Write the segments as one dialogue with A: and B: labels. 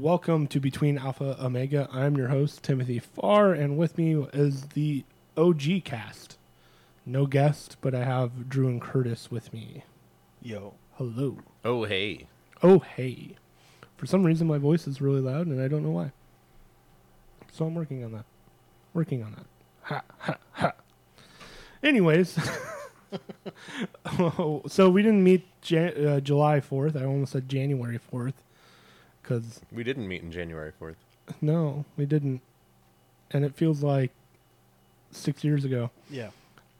A: Welcome to Between Alpha Omega. I'm your host, Timothy Farr, and with me is the OG cast. No guest, but I have Drew and Curtis with me.
B: Yo,
A: Hello.
C: Oh hey,
A: Oh, hey. For some reason, my voice is really loud, and I don't know why. So I'm working on that. Working on that. Ha, ha, ha. Anyways, oh, so we didn't meet Jan- uh, July 4th. I almost said January 4th. Because,
C: we didn't meet in January fourth.
A: no, we didn't. And it feels like six years ago.
B: yeah,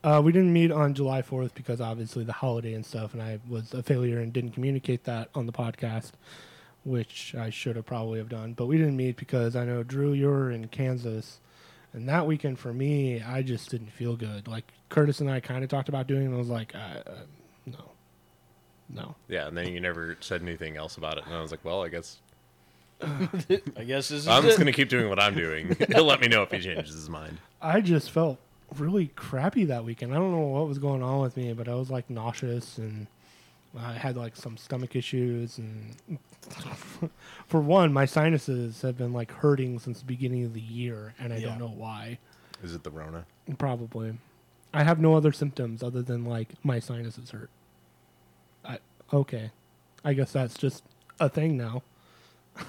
A: Uh, we didn't meet on July 4th because obviously the holiday and stuff, and I was a failure and didn't communicate that on the podcast, which I should have probably have done. But we didn't meet because I know Drew, you were in Kansas, and that weekend for me, I just didn't feel good. Like Curtis and I kind of talked about doing, it, and I was like, I, uh, no, no.
C: Yeah, and then you never said anything else about it, and I was like, well, I guess
B: I guess this is
C: I'm just
B: it.
C: gonna keep doing what I'm doing. He'll let me know if he changes his mind.
A: I just felt really crappy that weekend. I don't know what was going on with me, but I was like nauseous and I had like some stomach issues and for one, my sinuses have been like hurting since the beginning of the year and I
B: Yeah.
A: don't know why.
C: Is it the Rona?
A: Probably. I have no other symptoms other than like my sinuses hurt. I okay. I guess that's just a thing now.
B: It's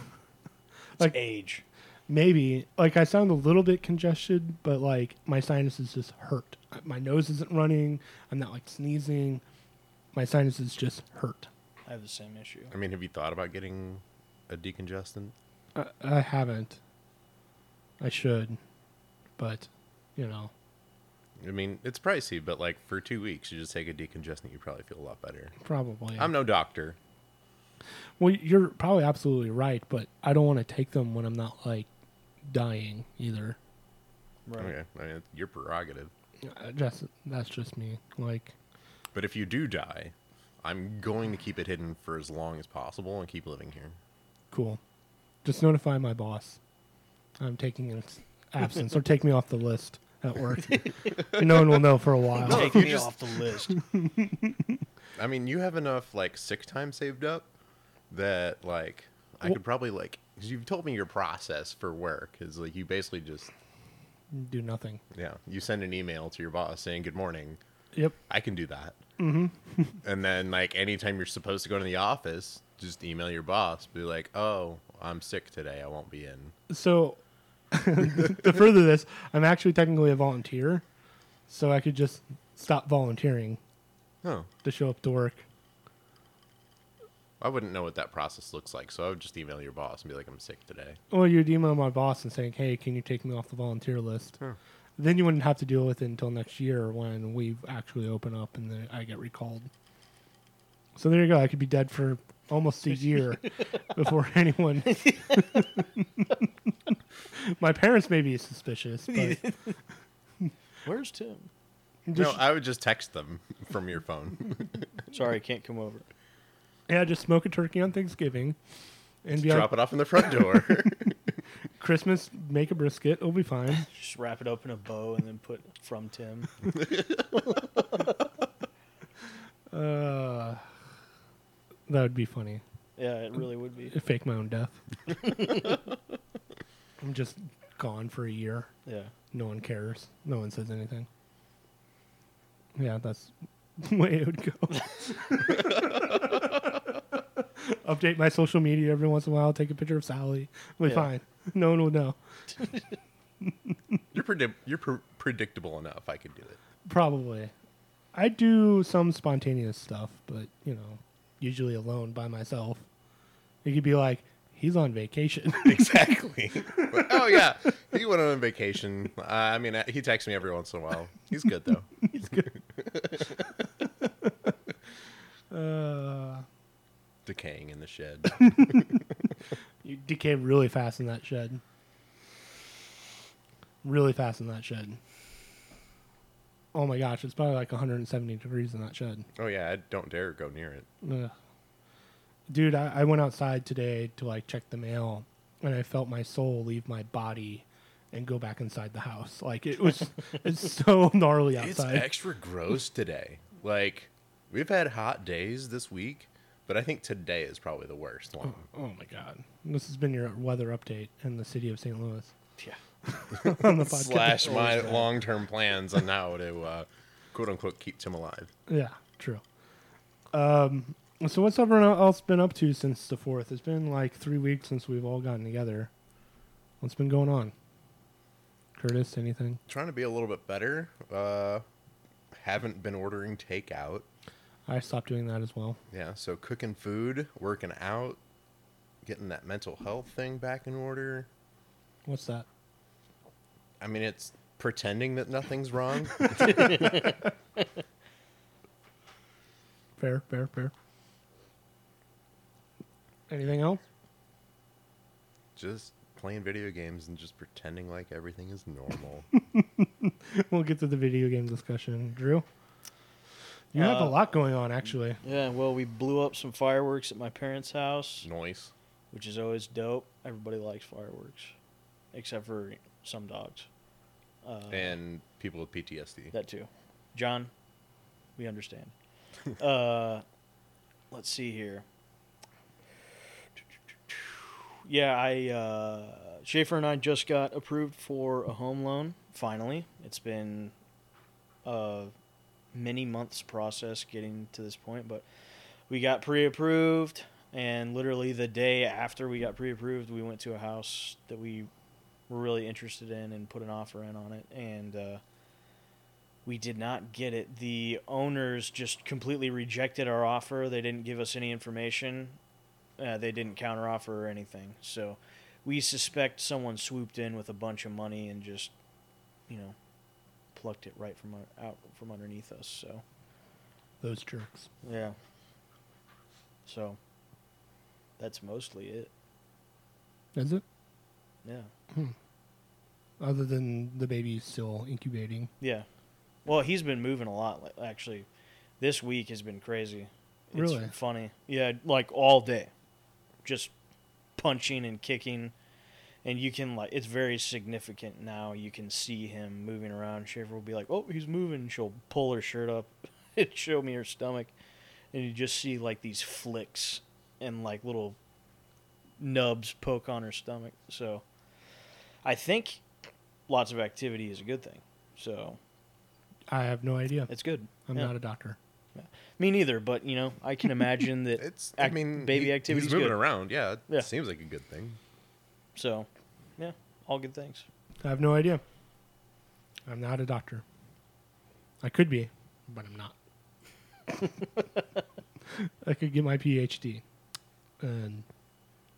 A: like-
B: age.
A: Maybe. Like I sound a little bit congested, but like my sinuses just hurt. My nose isn't running. I'm not like sneezing. My sinuses just hurt.
B: I have the same issue.
C: I mean, have you thought about getting a decongestant?
A: I, I haven't. I should, but you know,
C: I mean, it's pricey, but like for two weeks, you just take a decongestant, you probably feel a lot better.
A: probably.
C: I'm no doctor.
A: well, you're probably absolutely right, but I don't want to take them when I'm not like dying either.
B: Right.
C: Okay, I mean, it's your prerogative.
A: Uh, Just that's just me. Like
C: But if you do die, I'm going to keep it hidden for as long as possible and keep living here.
A: Cool. Just notify my boss. I'm taking an ex- absence or take me off the list at work. no one will know for a while.
B: Take me off the list.
C: I mean, you have enough like sick time saved up that like I could probably like because you've told me your process for work is like you basically just
A: Do nothing.
C: yeah you send an email to your boss saying good morning.
A: Yep.
C: I can do that. Mm-hmm. and then like anytime you're supposed to go to the office, just email your boss, be like, oh, I'm sick today, I won't be in.
A: So to further this, I'm actually technically a volunteer, so I could just stop volunteering
C: Oh,
A: to show up to work.
C: I wouldn't know what that process looks like, so I would just email your boss and be like, I'm sick today.
A: Or you'd email my boss and saying, "Hey, can you take me off the volunteer list?"
C: Hmm.
A: Then you wouldn't have to deal with it until next year when we actually open up and then I get recalled. So there you go. I could be dead for almost a year before anyone. my parents may be suspicious, but
B: Where's Tim?
C: No, I would just text them from your phone.
B: Sorry, I can't come over.
A: yeah, just smoke a turkey on Thanksgiving and be
C: Drop it off in the front door.
A: like, Christmas, make a brisket. It'll be fine.
B: Just wrap it up in a bow and then put from Tim.
A: Uh, that would be funny.
B: Yeah, it really would be.
A: fake my own death. I'm just gone for a year.
B: Yeah.
A: No one cares. No one says anything. Yeah, that's the way it would go. Update my social media every once in a while. Take a picture of Sally. We're
B: Yeah.
A: fine. No one will know.
C: You're predi- you're pre- predictable enough. I could do it.
A: Probably. I do some spontaneous stuff, but you know, usually alone by myself. It could be like he's on vacation.
C: Exactly. But- oh yeah, he went on vacation. Uh, I mean, uh, he texts me every once in a while. He's good though.
A: uh,
C: Decaying in the shed.
A: You decay really fast in that shed. Really fast in that shed. Oh my gosh, it's probably like 170 degrees in that shed.
C: Oh yeah, I don't dare go near it.
A: Ugh. Dude, I, I went outside today to like check the mail and I felt my soul leave my body and go back inside the house. Like it was, it's so gnarly
C: It's
A: outside.
C: extra gross today. Like we've had hot days this week, But I think today is probably the worst one.
A: Oh my God. This has been your weather update in the city of St. Louis
B: Yeah.
A: on the podcast.
C: Slash my
B: Always that.
C: long term plans on how to uh, quote unquote keep Tim alive.
A: Yeah, true. Um, so what's everyone else been up to since the fourth? It's been like three weeks since we've all gotten together. What's been going on? Curtis, anything?
C: Trying to be a little bit better. Uh, haven't been ordering takeout.
A: I stopped doing that as well.
C: Yeah, so cooking food, working out, getting that mental health thing back in order.
A: What's that?
C: I mean, it's pretending that nothing's wrong.
A: Fair, fair, fair. Anything else?
C: just playing video games and just pretending like everything is normal.
A: we'll get to the video game discussion. Drew, you have a
B: Uh,
A: lot going on, actually.
B: Yeah, well, we blew up some fireworks at my parents' house,
C: Noise.
B: which is always dope. Everybody likes fireworks, except for some dogs. Uh,
C: and people with PTSD.
B: That too. John, we understand. uh, let's see here. Yeah, I uh, Schaefer and I just got approved for a home loan. Finally, it's been a many months process getting to this point, but we got pre-approved, and literally the day after we got pre-approved, we went to a house that we were really interested in and put an offer in on it, and uh, we did not get it. The owners just completely rejected our offer. They didn't give us any information. Uh, they didn't counteroffer or anything. So we suspect someone swooped in with a bunch of money and just, you know, plucked it right from our, out from underneath us. So
A: Those jerks.
B: yeah. So that's mostly it.
A: Is it?
B: Yeah.
A: Other than the baby's still incubating.
B: Yeah. Well, he's been moving a lot. Like, actually, this week has been crazy. It's
A: Really?
B: funny. Yeah, like all day, just punching and kicking, and you can like it's very significant now. You can see him moving around. Schaefer will be like, "Oh, he's moving." She'll pull her shirt up and show me her stomach, and you just see like these flicks and like little nubs poke on her stomach. So, I think lots of activity is a good thing. So
A: I have no idea.
B: it's good.
A: I'm
B: yeah.
A: not a doctor.
B: Me neither, but you know, I can imagine that.
C: It's. I
B: act-
C: mean,
B: baby
C: he-
B: activity's
C: He's moving
B: good.
C: around. Yeah, it
B: Yeah.
C: seems like a good thing.
B: So, yeah, all good things.
A: I have no idea. I'm not a doctor. I could be, but I'm not. I could get my PhD and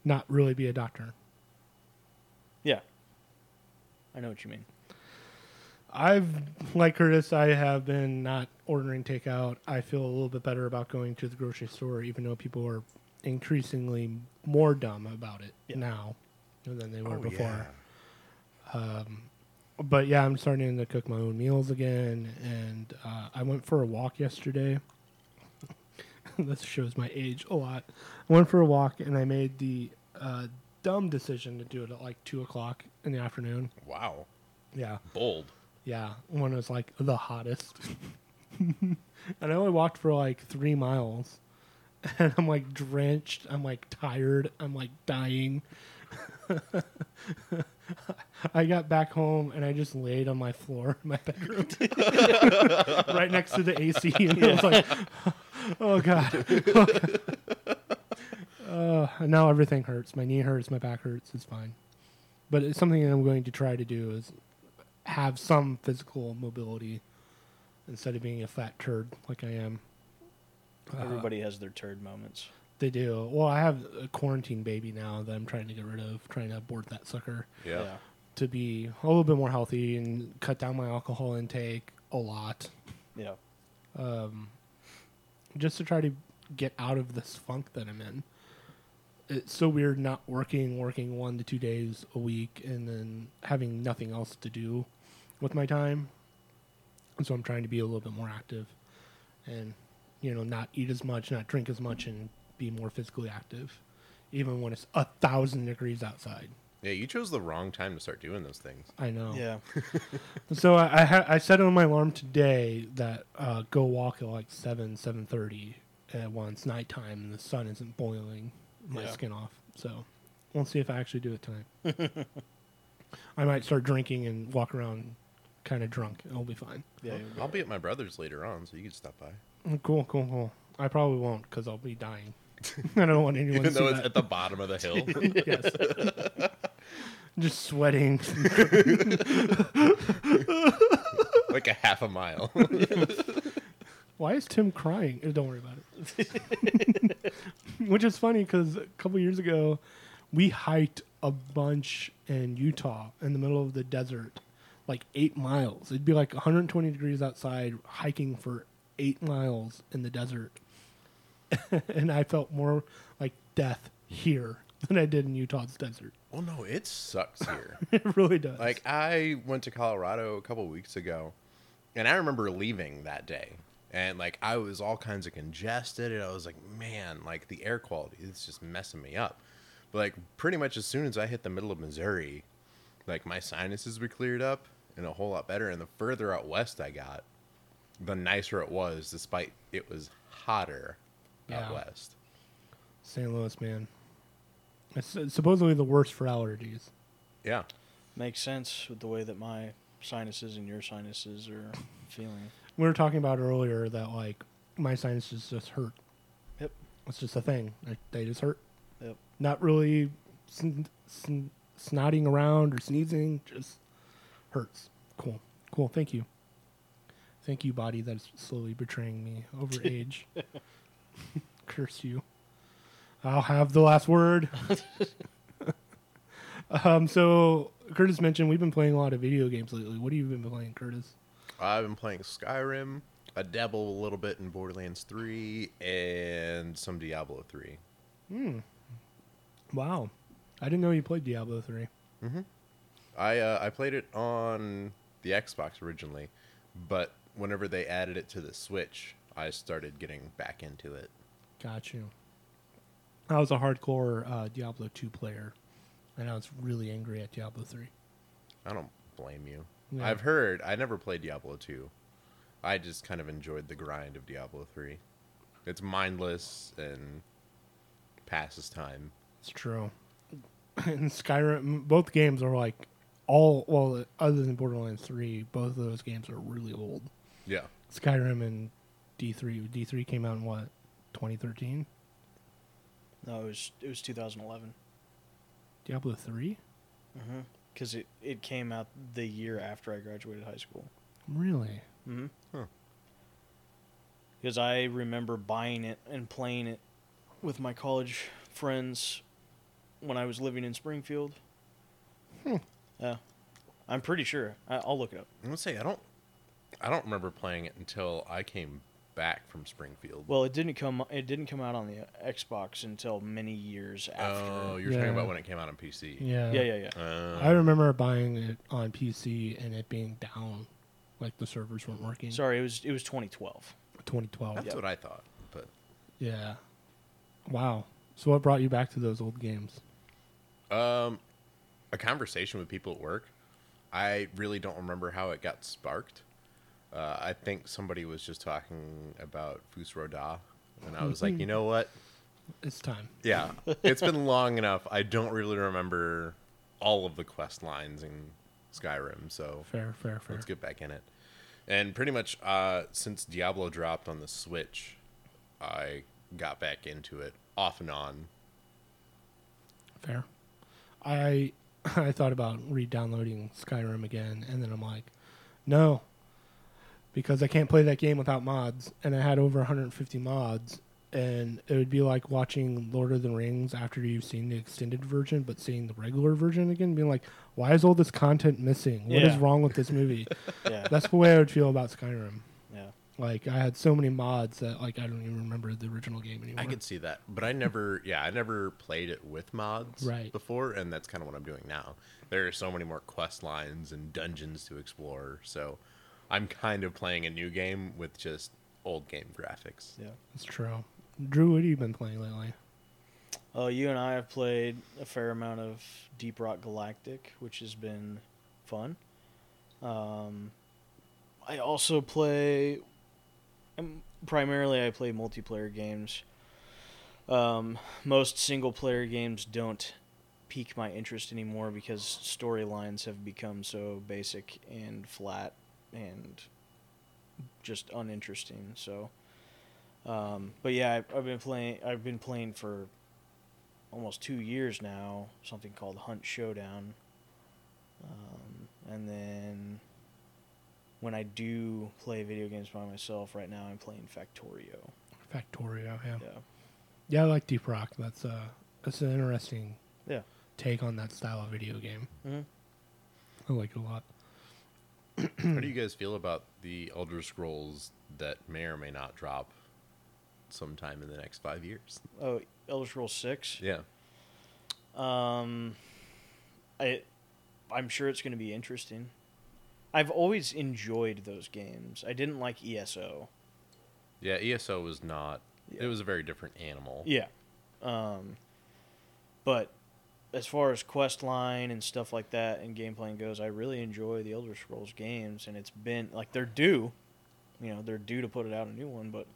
A: not really be a doctor.
B: Yeah, I know what you mean.
A: I've, like Curtis, I have been not ordering takeout. I feel a little bit better about going to the grocery store, even though people are increasingly more dumb about it
B: Yeah.
A: now than they were
C: Oh,
A: before.
C: yeah.
A: but yeah, I'm starting to cook my own meals again. And uh, I went for a walk yesterday. this shows my age a lot. I went for a walk and I made the uh, dumb decision to do it at like two o'clock in the afternoon.
C: Wow.
A: Yeah,
C: Bold.
A: yeah, when it was like the hottest. and I only walked for like three miles, and I'm like drenched. I'm like tired. I'm like dying. I got back home and I just laid on my floor in my bedroom, right next to the AC, and I was like, "Oh god." Oh, God." Uh, and now everything hurts. My knee hurts. My back hurts. It's fine, but it's something that I'm going to try to do is have some physical mobility instead of being a fat turd like I am. Uh-huh.
B: Everybody has their turd moments.
A: They do. Well, I have a quarantine baby now that I'm trying to get rid of, trying to abort that sucker
C: Yeah.
A: to be a little bit more healthy and cut down my alcohol intake a lot
B: yeah, yeah.
A: just to try to get out of this funk that I'm in. It's so weird not working, working one to two days a week, and then having nothing else to do with my time. And so I'm trying to be a little bit more active and, you know, not eat as much, not drink as much, and be more physically active, even when it's a thousand degrees outside.
C: Yeah, you chose the wrong time to start doing those things.
A: I know.
B: Yeah.
A: So I I, ha- I set on my alarm today that uh, go walk at like seven seven thirty, uh, while it's nighttime and the sun isn't boiling my
B: Yeah.
A: skin off. So we'll see if I actually do it tonight. I might start drinking and walk around kind of drunk. I'll be fine.
B: Yeah,
C: I'll be at my brother's later on, so you can stop by.
A: Mm, Cool, cool, cool. I probably won't because I'll be dying. I don't want anyone
C: Even
A: to see
C: though it's
A: that.
C: at the bottom of the hill.
A: yes. Just sweating.
C: like a half a mile.
A: Why is Tim crying? Eh, Don't worry about it. Which is funny because a couple years ago, we hiked a bunch in Utah in the middle of the desert, like eight miles. It'd be like 120 degrees outside, hiking for eight miles in the desert. and I felt more like death here than I did in Utah's desert.
C: well, no, it sucks here.
A: It really does.
C: Like I went to Colorado a couple weeks ago, and I remember leaving that day, and like I was all kinds of congested, and I was like, man, like the air quality is just messing me up. But like pretty much as soon as I hit the middle of Missouri, like my sinuses were cleared up and a whole lot better. And the further out west I got, the nicer it was, despite it was hotter
A: Yeah.
C: out west.
A: St. Louis, man. It's uh, supposedly the worst for allergies.
C: Yeah.
B: makes sense with the way that my sinuses and your sinuses are feeling.
A: We were talking about earlier that like my sinuses just hurt.
B: Yep.
A: It's just a thing. Like, they just hurt.
B: Yep.
A: Not really sn- sn- snotting around or sneezing. Just hurts. Cool. Cool. Thank you. Thank you, body that is slowly betraying me over age. Curse you. I'll have the last word. um, so Curtis mentioned we've been playing a lot of video games lately. What have you been playing, Curtis?
C: I've been playing Skyrim, I dabble a little bit in Borderlands 3, and some Diablo 3.
A: Wow. I didn't know you played Diablo 3.
C: I uh, I played it on the Xbox originally, but whenever they added it to the Switch, I started getting back into it.
A: Got you. I was a hardcore uh, Diablo 2 player, and I was really angry at Diablo 3.
C: I don't blame you.
A: Yeah.
C: I've heard I never played Diablo 2. I just kind of enjoyed the grind of Diablo 3. It's mindless and passes time.
A: It's true. and Skyrim, both games are like all, well, other than Borderlands 3, both of those games are really old.
C: Yeah.
A: Skyrim and D3. D3 came out in what, 2013?
B: No, it was it was 2011
A: Diablo 3?
B: because it it came out the year after I graduated high school.
A: Really?
B: Mm-hmm.
C: Huh.
B: Because I remember buying it and playing it with my college friends when I was living in Springfield. Yeah, I'm pretty sure. I, I'll look it up.
C: I'm gonna say I don't I don't remember playing it until I came back from Springfield.
B: Well, it didn't come. It didn't come out on the uh, Xbox until many years after.
C: oh, you're talking
A: Yeah.
C: about when it came out on PC.
A: Yeah.
B: yeah, yeah, yeah.
C: Uh,
A: I remember buying it on PC and it being down, like the servers weren't working.
B: Sorry, it was it was 2012.
A: 2012.
C: that's what I thought, but
A: Yeah. Wow. So what brought you back to those old games?
C: Um, a conversation with people at work. I really don't remember how it got sparked. Uh, I think somebody was just talking about Fus Roda, and I was like, you know what?
A: It's time.
C: Yeah, it's been long enough. I don't really remember all of the quest lines in Skyrim, so
A: Fair, fair, fair.
C: let's get back in it. And pretty much uh, since Diablo dropped on the Switch, I got back into it off and on.
A: Fair. I I thought about re-downloading Skyrim again, and then I'm like, no, because I can't play that game without mods, and I had over 150 mods, and it would be like watching Lord of the Rings after you've seen the extended version, but seeing the regular version again, being like, why is all this content missing? What is
B: Yeah.
A: wrong with this movie?
B: Yeah,
A: That's the way I would feel about Skyrim.
B: yeah.
A: Like I had so many mods that like I don't even remember the original game anymore.
C: I could see that, but I never, yeah, I never played it with mods
A: Right.
C: before, and that's kind of what I'm doing now. There are so many more quest lines and dungeons to explore, so I'm kind of playing a new game with just old game graphics.
B: Yeah.
A: It's true. Drew, what have you been playing lately?
B: Uh, you and I have played a fair amount of Deep Rock Galactic, which has been fun. Um, I also play Um, primarily I play multiplayer games. Um, most single player games don't pique my interest anymore because storylines have become so basic and flat and just uninteresting. So, um, but yeah, I, I've been playing. I've been playing for almost two years now. Something called Hunt Showdown, um, and then when I do play video games by myself, right now I'm playing Factorio.
A: Factorio, yeah.
B: Yeah.
A: Yeah, I like Deep Rock. That's uh that's an interesting
B: Yeah.
A: take on that style of video game.
B: Mhm.
A: I like it a lot. Hmm.
C: How do you guys feel about the Elder Scrolls that may or may not drop sometime in the next five years?
B: Oh, Elder Scrolls Six.
C: Yeah.
B: Um, I, I'm sure it's going to be interesting. I've always enjoyed those games. I didn't like E ESO.
C: Yeah, ESO was not.
B: Yeah. E
C: It was a very different animal.
B: Yeah. Um, but as far as quest line and stuff like that and game playing goes, I really enjoy the Elder Scrolls games, and it's been like they're due, you know, they're due to put it out a new one, but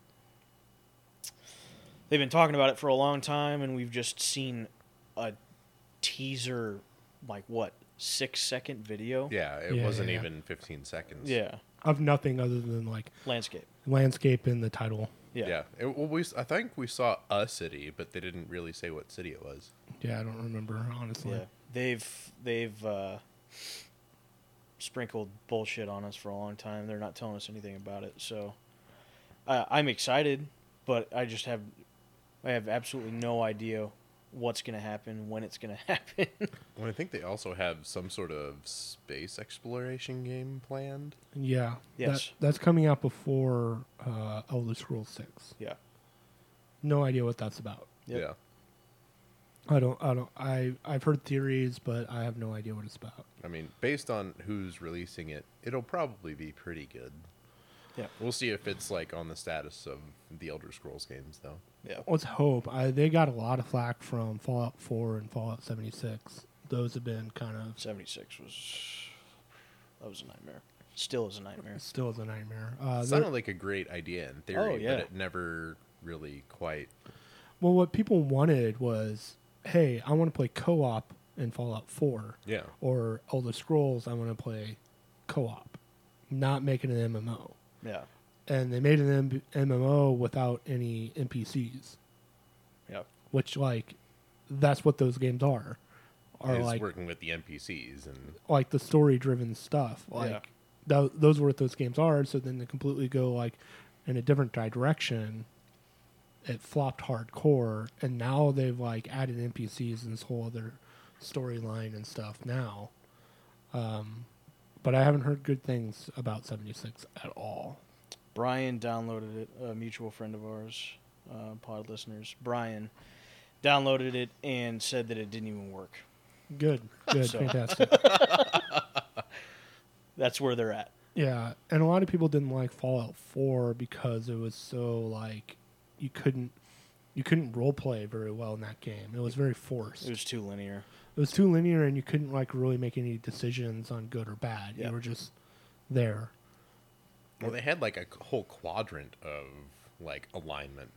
B: they've been talking about it for a long time, and we've just seen a teaser, like what six second video,
C: Yeah, it
A: Yeah,
C: wasn't
A: yeah, yeah.
C: even 15 seconds.
B: yeah,
A: Of nothing other than like
B: landscape,
A: landscape and the title.
B: yeah,
C: Yeah. It- well, we, s- I think we saw a city, but they didn't really say what city it was.
A: Yeah, I don't remember honestly.
B: Yeah, they've they've uh, sprinkled bullshit on us for a long time. They're not telling us anything about it, so uh, I'm excited, but I just have I have absolutely no idea what's gonna happen, when it's gonna happen.
C: Well, I think they also have some sort of space exploration game planned.
A: Yeah.
B: Yes.
A: That, that's coming out before uh, Elder Scrolls Six.
B: yeah,
A: No idea what that's about.
B: Yep.
C: Yeah.
A: I don't. I don't. I I've heard theories, but I have no idea what it's about.
C: I mean, based on who's releasing it, it'll probably be pretty good.
B: Yeah.
C: We'll see if it's like on the status of the Elder Scrolls games, though.
B: yeah,
A: Let's hope. I, they got a lot of flack from Fallout Four and Fallout seventy six. Those have been kind of
B: seventy six was that was a nightmare. Still is a nightmare.
A: still is a nightmare. Uh,
C: It
A: there-
C: sounded like a great idea in theory,
B: Oh, yeah.
C: but it never really quite.
A: well, what people wanted was, hey, I want to play co op in Fallout Four.
C: Yeah.
A: or Elder Scrolls, I want to play co-op, not make it an MMO.
B: Yeah,
A: And they made an M- MMO without any NPCs,
B: yeah,
A: which like that's what those games are, are
C: is
A: like
C: working with the NPCs and
A: like the story-driven stuff. Like tho- those were what those games are. So then to completely go like in a different direction, it flopped hardcore. And now they've like added NPCs and this whole other storyline and stuff now. Um, but I haven't heard good things about 76 at all.
B: Brian downloaded it, a mutual friend of ours, uh, pod listeners. Brian downloaded it and said that it didn't even work.
A: Good, good,
B: So-
A: fantastic.
B: That's where they're at.
A: Yeah, and a lot of people didn't like Fallout 4 because it was so like you couldn't you couldn't role play very well in that game. It was very forced.
B: It was too linear.
A: too linear, and you couldn't like really make any decisions on good or bad.
B: Yeah.
A: You were just there.
C: well, they had like a c- whole quadrant of like alignment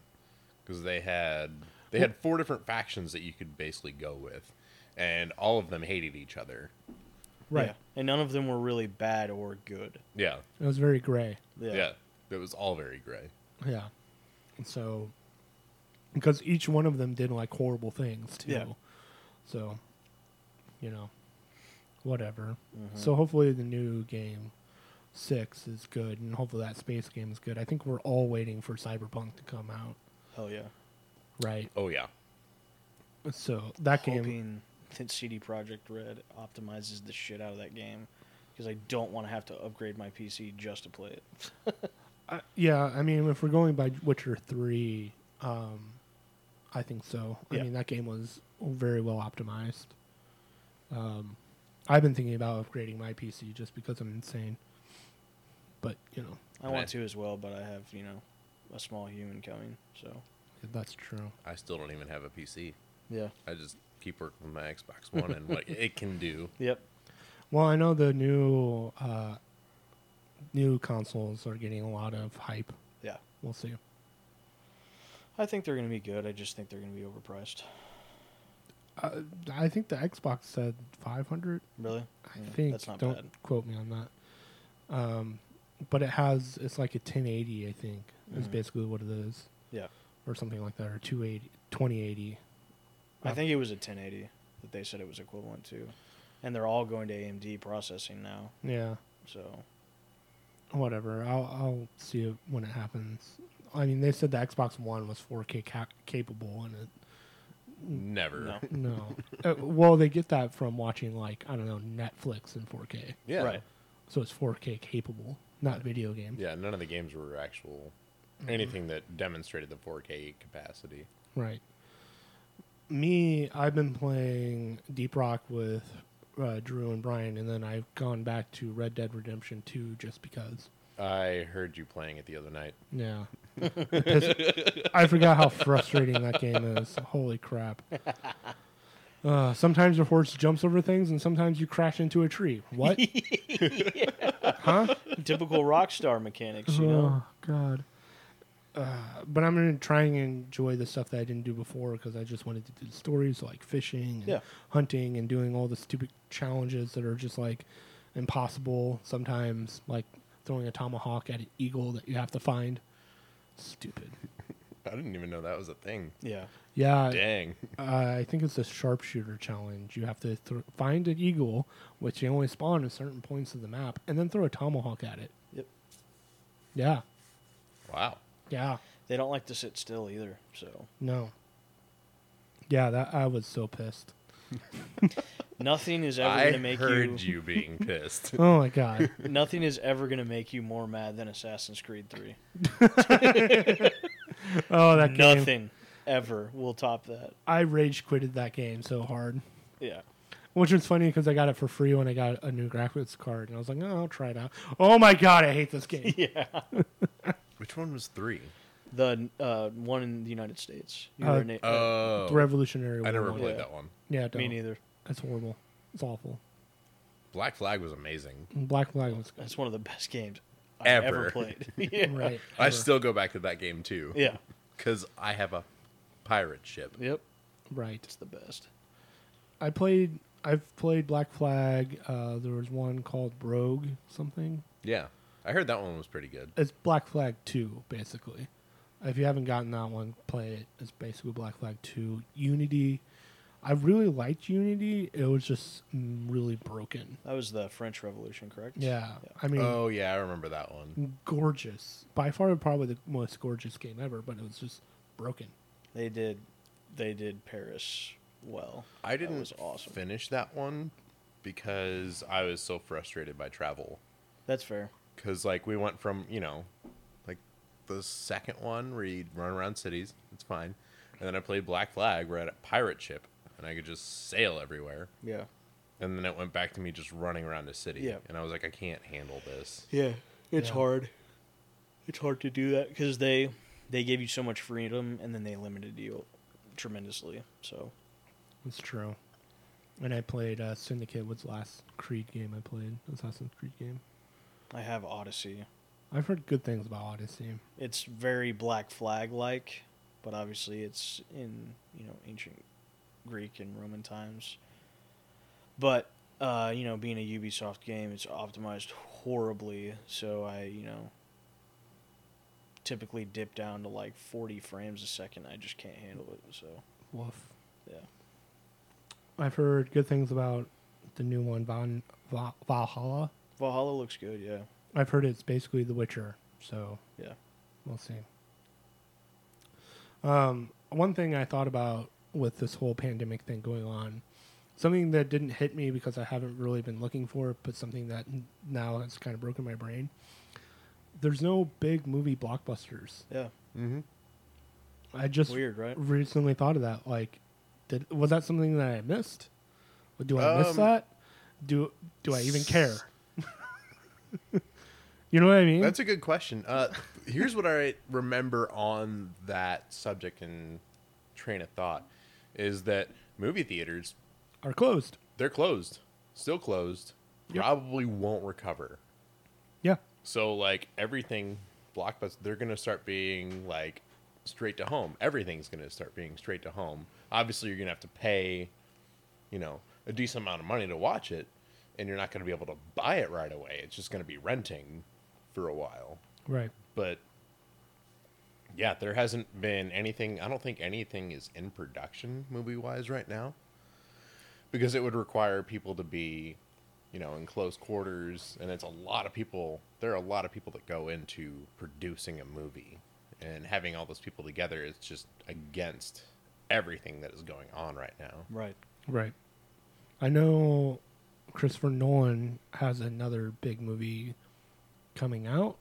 C: because they had they had four different factions that you could basically go with, and all of them hated each other.
A: Right.
B: Yeah. And none of them were really bad or good.
C: Yeah,
A: It was very gray.
C: yeah, it was all very gray.
A: Yeah. And so because each one of them did like horrible things too.
B: Yeah.
A: So, you know, whatever.
B: Mm-hmm.
A: So hopefully the new game 6 is good and hopefully that space game is good. I think we're all waiting for Cyberpunk to come out,
B: Hell yeah.
A: right?
C: Oh yeah,
A: So that game
B: Uh, Hoping that CD Project Red optimizes the shit out of that game because I don't want to have to upgrade my PC just to play it.
A: I, yeah, I mean if we're going by Witcher 3, um I think so. I
B: Yeah.
A: mean that game was very well optimized. Um I've been thinking about upgrading my PC just because I'm insane. But, you know,
B: I want to as well, but I have, you know, a small human coming. So,
A: that's true.
C: I still don't even have a PC.
B: yeah.
C: I just keep working with my Xbox One and what it can do.
B: Yep.
A: Well, I know the new uh, new consoles are getting a lot of hype
B: Yeah.
A: we'll see.
B: I think they're going to be good. I just think they're going to be overpriced.
A: Uh, I think the Xbox said 500.
B: Really?
A: I
B: Yeah,
A: think.
B: that's not
A: Don't
B: bad.
A: quote me on that. Um, but it has it's like a 1080. I think is
B: Mhm.
A: basically what it is.
B: Yeah.
A: Or something like that, or 280, 2080.
B: I
A: Uh,
B: think it was a 1080 that they said it was equivalent to, and they're all going to AMD processing now.
A: Yeah.
B: So
A: Whatever. I'll I'll see it when it happens. I mean, they said the Xbox One was 4K cap- capable, and it
C: Never.
B: no,
A: No. uh, well, they get that from watching like I don't know Netflix in 4K,
C: Yeah.
B: right?
A: so it's 4K capable, not video games.
C: Yeah. None of the games were actual anything that demonstrated the 4K capacity.
A: Right. Me, I've been playing Deep Rock with uh, Drew and Brian, and then I've gone back to Red Dead Redemption 2 just because.
C: I heard you playing it the other night.
A: Yeah. It piss- I forgot how frustrating that game is. Holy crap. Uh, sometimes your horse jumps over things, and sometimes you crash into a tree. What? Huh?
B: Typical rock star mechanics, you know.
A: Oh God. Uh, but I'm gonna try and enjoy the stuff that I didn't do before because I just wanted to do the stories like fishing, and
B: Yeah.
A: hunting, and doing all the stupid challenges that are just like impossible sometimes, like throwing a tomahawk at an eagle that you have to find. Stupid.
C: I didn't even know that was a thing.
B: Yeah,
A: Yeah,
C: Dang.
A: uh, I think it's the sharpshooter challenge. You have to thr find an eagle, which they only spawn at certain points of the map, and then throw a tomahawk at it.
B: Yep.
A: Yeah.
C: Wow.
A: Yeah.
B: they don't like to sit still either. So
A: No. Yeah, that I was so pissed.
B: nothing is ever
C: I
B: going to make
C: heard
B: you,
C: you being pissed.
A: Oh my god.
B: Nothing is ever going to make you more mad than Assassin's Creed Three.
A: Oh, that game.
B: Nothing ever will top that.
A: I rage quitted that game so hard.
B: Yeah.
A: Which was funny because I got it for free when I got a new graphics card, and I was like, "Oh, I'll try it out." Oh my god, I hate this game.
B: Yeah.
C: Which one was three?
B: The uh, one in the United States. You
A: Uh,
B: were na- uh,
C: Oh,
A: The Revolutionary War.
C: I never
A: one.
C: played
B: Yeah.
C: that one.
A: Yeah, do
B: me neither.
A: It's horrible. It's awful.
C: Black Flag was amazing.
A: And Black Flag was
B: That's one of the best games I've ever,
C: Ever.
B: played. yeah.
A: right.
C: I
A: ever.
C: still go back to that game too.
B: Yeah.
C: Because I have a pirate ship.
B: Yep.
A: right.
B: It's the best.
A: I played. I've played Black Flag. Uh, there was one called Rogue something.
C: Yeah. I heard that one was pretty good.
A: it's Black Flag 2, basically. If you haven't gotten that one, play it. It's basically Black Flag 2. Unity. I really liked Unity. It was just mm, really broken.
B: That was the French Revolution, correct?
A: Yeah. I mean, Mm.
C: Oh, yeah. I remember that one.
A: gorgeous. By far, probably the most gorgeous game ever, but it was just broken.
B: They did. They did Paris well.
C: I didn't
B: That was awesome.
C: finish that one because I was so frustrated by travel.
B: That's fair.
C: Because, like, we went from, you know, like the second one where you run around cities. It's fine. And then I played Black Flag where I had a pirate ship and I could just sail everywhere.
B: Yeah.
C: And then it went back to me just running around a city.
B: Yeah.
C: And I was like, I can't handle this.
B: Yeah. It's
A: Yeah.
B: hard. It's hard to do that because they they gave you so much freedom and then they limited you tremendously. So
A: It's true. And I played uh, Syndicate was the last Creed game I played, Assassin's Creed game.
B: I have Odyssey.
A: I've heard good things about Odyssey.
B: It's very Black Flag like, but obviously it's in you know ancient Greek and Roman times. But uh, you know, being a Ubisoft game, it's optimized horribly. So I you know typically dip down to like 40 frames a second. I just can't handle it. So
A: Woof.
B: yeah.
A: I've heard good things about the new one, Von, Va- Valhalla.
B: Valhalla looks good, yeah.
A: I've heard it's basically The Witcher, so
B: Yeah.
A: we'll see. Um, one thing I thought about with this whole pandemic thing going on, something that didn't hit me because I haven't really been looking for it, but something that n- now has kind of broken my brain. There's no big movie blockbusters.
B: Yeah.
C: Mm-hmm.
A: I just
B: Weird, right?
A: recently thought of that. Like, did, was that something that I missed? Do I miss
C: Um,
A: that? Do do I even care? you know what I mean?
C: That's a good question. Uh, here's what I remember on that subject and train of thought is that movie theaters
A: Are closed.
C: they're closed, still closed,
A: Yep.
C: probably won't recover.
A: Yeah.
C: So like everything blockbusters, they're going to start being like straight to home. Everything's going to start being straight to home. Obviously, you're going to have to pay, you know, a decent amount of money to watch it, and you're not going to be able to buy it right away. It's just going to be renting for a while.
A: Right.
C: But yeah, there hasn't been anything. I don't think anything is in production movie wise right now because it would require people to be, you know, in close quarters, and it's a lot of people. There are a lot of people that go into producing a movie, and having all those people together is just against everything that is going on right now.
B: Right.
A: Right. I know Christopher Nolan has another big movie coming out.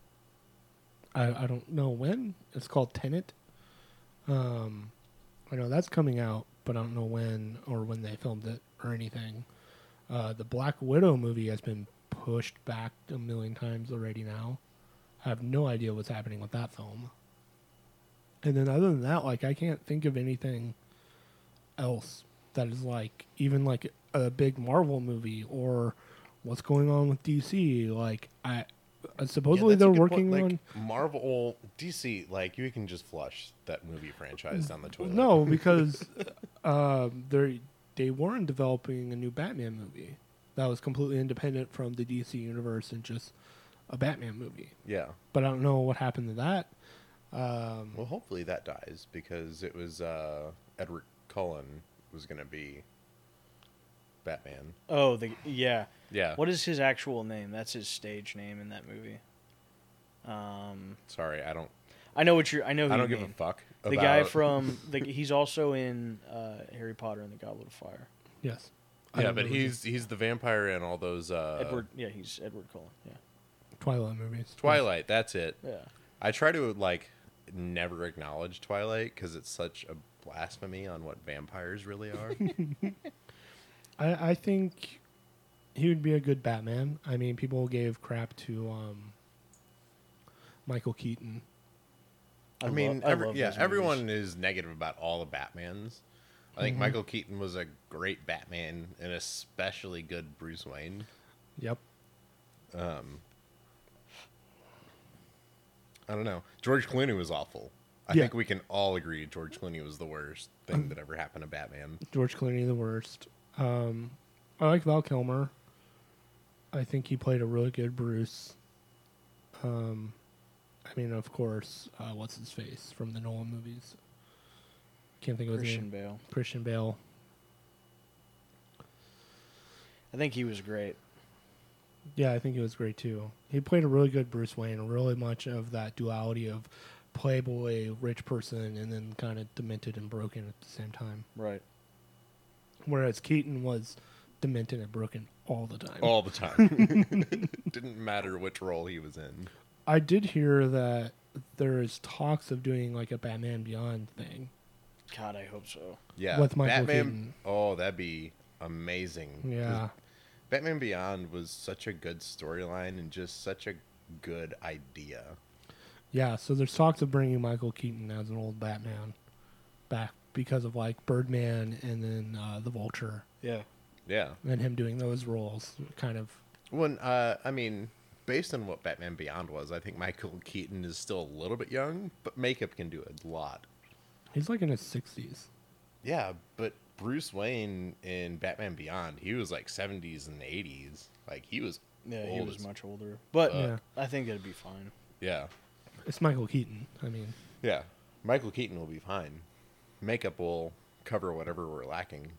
A: I, I don't know when. It's called Tenet. Um, I know that's coming out, but I don't know when or when they filmed it or anything. Uh, the Black Widow movie has been pushed back a million times already now. I have no idea what's happening with that film. And then other than that, like I can't think of anything else that is like even like a big Marvel movie or what's going on with DC. Like I uh, supposedly
C: Yeah, that's a
A: they're
C: good
A: working
C: point.
A: on
C: like, Marvel, DC. Like you can just flush that movie franchise down the toilet.
A: no because um, they they weren't developing a new Batman movie that was completely independent from the DC universe and just a Batman movie.
C: Yeah.
A: But I don't know what happened to that. Um,
C: Well, hopefully that dies because it was uh, Edward Cullen was going to be Batman.
B: Oh, the yeah.
C: Yeah.
B: What is his actual name? That's his stage name in that movie. Um,
C: Sorry, I don't.
B: I know what you're. I know. Who
C: I
B: you
C: don't give a
B: mean.
C: fuck.
B: The guy
C: about-
B: from the, he's also in uh, Harry Potter and the Goblet of Fire.
A: yes. I
C: Yeah,
A: don't
C: but
A: know his-
C: he's he's the vampire in all those uh,
B: Edward. Yeah, he's Edward Cullen. Yeah.
A: Twilight movies.
C: Twilight. That's it.
B: Yeah.
C: I try to like never acknowledge Twilight because it's such a blasphemy on what vampires really are.
A: I, I think he would be a good Batman. I mean, people gave crap to um, Michael Keaton.
C: I, mean,
B: love- I
C: every,
B: love
C: yeah,
B: those movies. Mm-hmm.
C: everyone is negative about all the Batmans. I think Michael Keaton was a great Batman and especially good Bruce Wayne.
A: Yep.
C: I don't know. George Clooney was awful.
A: Yeah.
C: I
A: Um,
C: think we can all agree George Clooney was the worst thing that ever happened to Batman.
A: George Clooney, the worst. Um, I like Val Kilmer. I think he played a really good Bruce. Um, I mean, of course, uh, what's his face from the Nolan movies? Can't think of his
B: Christian
A: name.
B: Bale.
A: Christian Bale.
B: I think he was great.
A: Yeah, I think it was great too. He played a really good Bruce Wayne, really much of that duality of playboy, rich person, and then kind of demented and broken at the same time.
B: Right.
A: Whereas Keaton was demented and broken all the time.
C: All the time. Didn't matter which role he was in.
A: I did hear that there is talks of doing like a Batman Beyond thing.
B: God, I hope so.
C: Yeah.
A: With Michael
C: Batman.
A: Keaton.
C: Oh, that'd be amazing. 'Cause
A: Yeah.
C: Batman Beyond was such a good storyline and just such a good idea.
A: Yeah, so there's talks of bringing Michael Keaton as an old Batman back because of like Birdman and then uh, the Vulture
B: Yeah.
C: Yeah.
A: and him doing those roles kind of
C: When uh, I mean, based on what Batman Beyond was, I think Michael Keaton is still a little bit young, but makeup can do a lot.
A: He's like in his 60s.
C: Yeah, but Bruce Wayne in Batman Beyond, he was like seventies and eighties. Like he was
B: Yeah, he
C: old
B: was
C: as-
B: much older. But
A: Yeah.
B: I think that'd be fine.
C: Yeah.
A: It's Michael Keaton. I mean,
C: Yeah. Michael Keaton will be fine. Makeup will cover whatever we're lacking.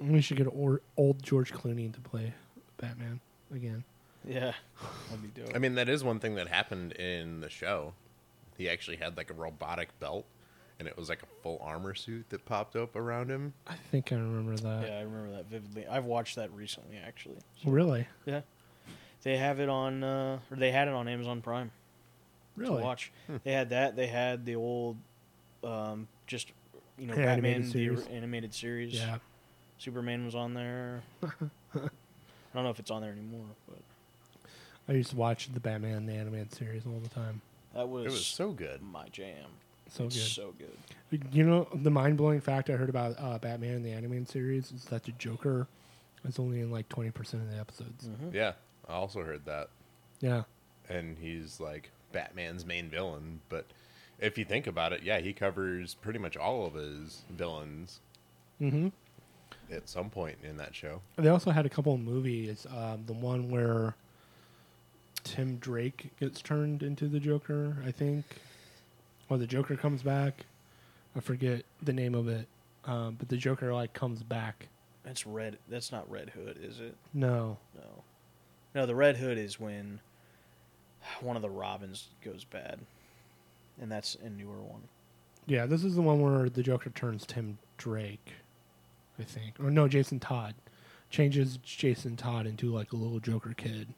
A: we should get or- old George Clooney to play Batman again.
B: Yeah. That'd be dope.
C: I mean, that is one thing that happened in the show. He actually had like a robotic belt and it was like a full armor suit that popped up around him.
A: I think I remember that.
B: yeah, I remember that vividly. I've watched that recently, actually.
A: Really?
B: Yeah. They have it on, uh, or they had it on Amazon Prime
A: Really? Hmm.
B: to watch. They had that. They had the old, um, just you know,
A: The
B: Batman
A: animated
B: the
A: series.
B: or- animated series.
A: Yeah.
B: Superman was on there. I don't know if it's on there anymore, but
A: I used to watch the Batman the animated series all the time.
B: that was,
C: It was so good.
B: my jam.
A: So
B: it's
A: good.
B: so good.
A: You know, the mind blowing fact I heard about uh, Batman in the animated series is that the Joker is only in like 20% of the episodes.
B: Mhm.
C: Yeah. I also heard that.
A: Yeah.
C: And he's like Batman's main villain, but if you think about it, yeah, he covers pretty much all of his villains
A: Mm-hmm.
C: at some point in that show.
A: They also had a couple of movies. Um, the one where Tim Drake gets turned into the Joker, I think, or the Joker comes back. I forget the name of it, um, but the Joker like comes back.
B: That's red. That's not Red Hood, is it?
A: No,
B: No, no. The Red Hood is when one of the Robins goes bad, and that's a newer one.
A: yeah, this is the one where the Joker turns Tim Drake, I think, or no, Jason Todd changes Jason Todd into like a little Joker kid.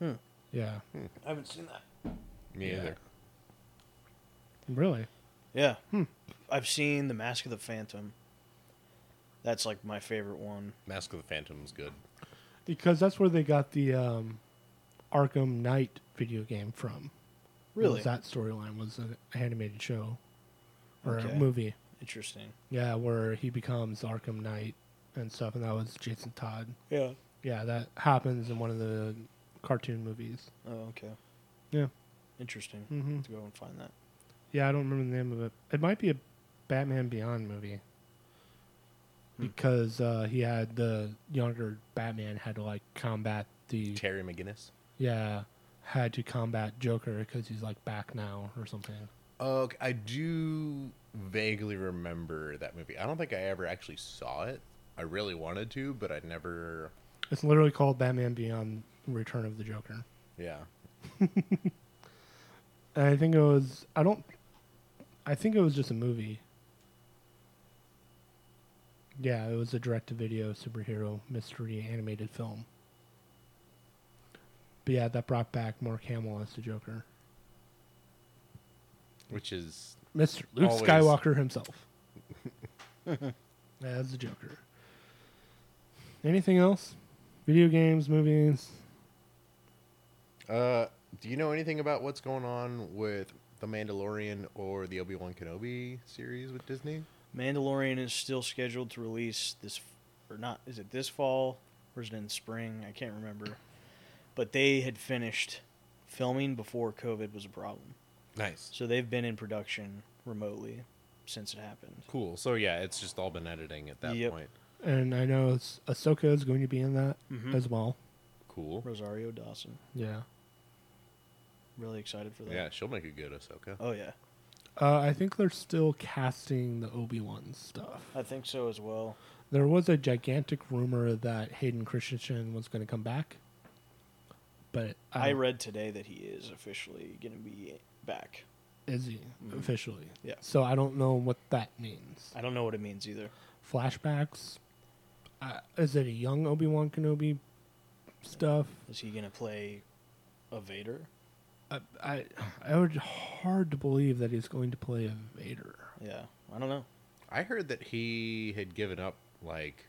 B: Hmm.
A: Yeah,
B: I haven't seen that.
C: Me
A: Yeah.
C: either.
A: really.
B: Yeah.
A: Hmm.
B: I've seen The Mask of the Phantom. That's like my favorite one.
C: Mask of the Phantom's good.
A: Because that's where they got the um, Arkham Knight video game from. It
B: Really?
A: was that storyline was an animated show or
B: Okay.
A: a movie.
B: Interesting.
A: Yeah, where he becomes Arkham Knight and stuff, and that was Jason Todd.
B: Yeah.
A: Yeah, that happens in one of the cartoon movies.
B: Oh, okay.
A: Yeah.
B: Interesting.
A: Mhm.
B: To go and find that.
A: Yeah, I don't remember the name of it. It might be a Batman Beyond movie
B: Hmm.
A: because uh, he had the younger Batman had to like combat the
C: Terry McGinnis.
A: yeah had to combat Joker because he's like back now or something.
C: Okay, I do vaguely remember that movie. I don't think I ever actually saw it. I really wanted to, but I never.
A: It's literally called Batman Beyond Return of the Joker.
C: Yeah.
A: And I think it was I don't I think it was just a movie. Yeah, it was a direct to video superhero mystery animated film. But yeah, that brought back Mark Hamill as the Joker.
C: Which is
A: Mr. Luke
C: Always.
A: Skywalker himself. as the Joker. Anything else? Video games, movies?
C: Uh, do you know anything about what's going on with the Mandalorian or the Obi Wan Kenobi series with Disney?
B: Mandalorian is still scheduled to release this, f- or not? Is it this fall or is it in spring? I can't remember. But they had finished filming before COVID was a problem,
C: Nice,
B: so they've been in production remotely since it happened.
C: cool. So yeah, it's just all been editing at that
B: Yep.
C: point.
A: And I know it's, Ahsoka is going to be in that
B: Mhm.
A: as well.
C: Cool.
B: Rosario Dawson,
A: Yeah.
B: really excited for that.
C: Yeah, she'll make a good Ahsoka.
B: Oh yeah,
A: Uh, I think they're still casting the Obi Wan stuff.
B: I think so as well.
A: There was a gigantic rumor that Hayden Christensen was going to come back, but uh, I,
B: I read today that he is officially going to be back.
A: is he officially?
B: Mm-hmm. Yeah.
A: So I don't know what that means.
B: I don't know what it means either.
A: Flashbacks? Uh, is it a young Obi Wan Kenobi stuff?
B: Is he going to play a Vader?
A: I, I I would hard to believe that he's going to play a Vader
B: Yeah, I don't know.
C: I heard that he had given up like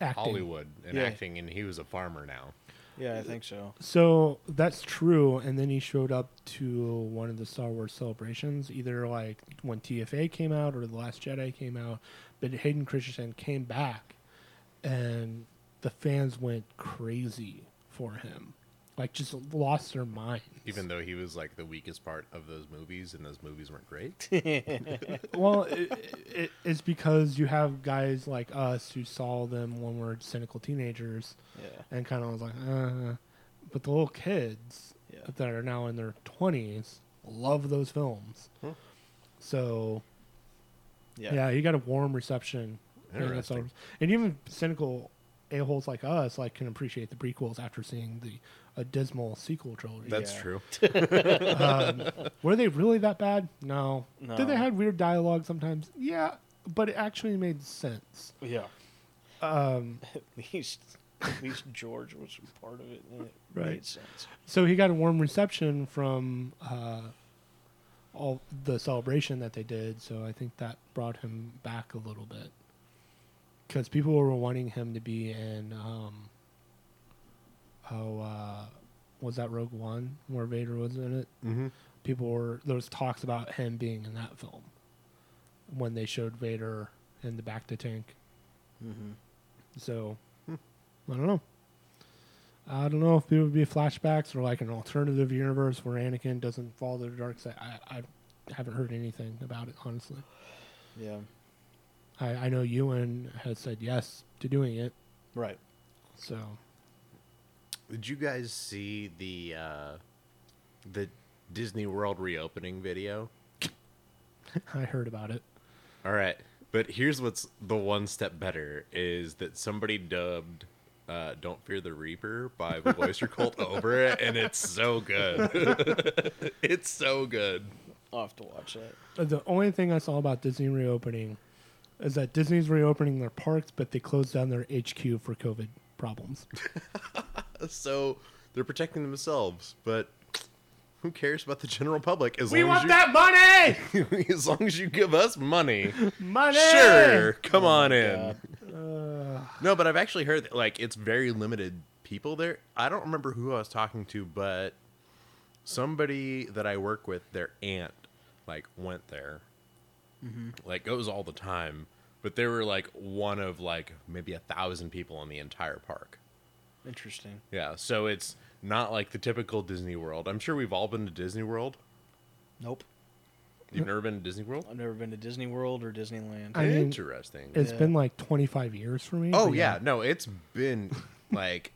A: acting.
C: Hollywood and
B: Yeah.
C: acting, and he was a farmer now.
B: Yeah, I think so.
A: So that's true. And then he showed up to one of the Star Wars celebrations, either like when TFA came out or The Last Jedi came out. But Hayden Christensen came back, and the fans went crazy for him, like just lost their minds.
C: Even though he was like the weakest part of those movies, and those movies weren't great.
A: well, it, it, it's because you have guys like us who saw them when we we're cynical teenagers
B: Yeah,
A: and kind of was like, uh, but the little kids
B: yeah.
A: that are now in their 20s love those films.
C: Hmm.
A: So, yeah.
B: Yeah.
A: he got a warm reception. in the Star
C: Interesting.
A: Wars. And even cynical a-holes like us like can appreciate the prequels after seeing the a dismal sequel trilogy.
C: That's
B: Yeah.
C: true.
A: um, were they really that bad? No. Did they
B: No.
A: have weird dialogue sometimes? Yeah, but it actually made sense.
B: Yeah.
A: Um,
B: At least, at least George was a part of it, and it
A: Right.
B: made sense.
A: so he got a warm reception from uh, all the celebration that they did. So I think that brought him back a little bit because people were wanting him to be in. Um, oh, uh, was that Rogue One where Vader was in it?
C: Mm-hmm.
A: People were there was talks about him being in that film when they showed Vader in the back to tank. Hmm.
B: Mm-hmm.
A: So I don't know. I don't know if it would be flashbacks or like an alternative universe where Anakin doesn't fall to the dark side. I, I haven't heard anything about it honestly.
B: Yeah.
A: I, I know Ewan has said yes to doing it,
B: Right.
A: so
C: Did you guys see the uh, the Disney World reopening video?
A: I heard about it.
C: All right, but here's what's the one step better is that somebody dubbed uh, "Don't Fear the Reaper" by Voicer Cult over it, and it's so good. it's so good.
B: I'll have to watch that.
A: Uh, The only thing I saw about Disney reopening is that Disney's reopening their parks, but they closed down their HQ for COVID problems.
C: So they're protecting themselves, but who cares about the general public? As
A: we
C: long
A: want
C: as
A: that money,
C: you, as long as you give us money.
A: money. Oh
C: Sure, come on in.
B: God.
A: Uh,
C: No, but I've actually heard that like it's very limited people there. I don't remember who I was talking to, but somebody that I work with, their aunt, like went there,
A: Mm-hmm.
C: like goes all the time. But they were like one of like maybe a thousand people in the entire park.
B: Interesting.
C: Yeah, so it's not like the typical Disney World. I'm sure we've all been to Disney World.
B: Nope.
C: You've never been to Disney World?
B: I've never been to Disney World or Disneyland.
A: Mm. I mean,
C: Interesting.
A: It's
B: Yeah.
A: been like 25 years for me.
C: Oh
A: but
C: yeah, no, it's been like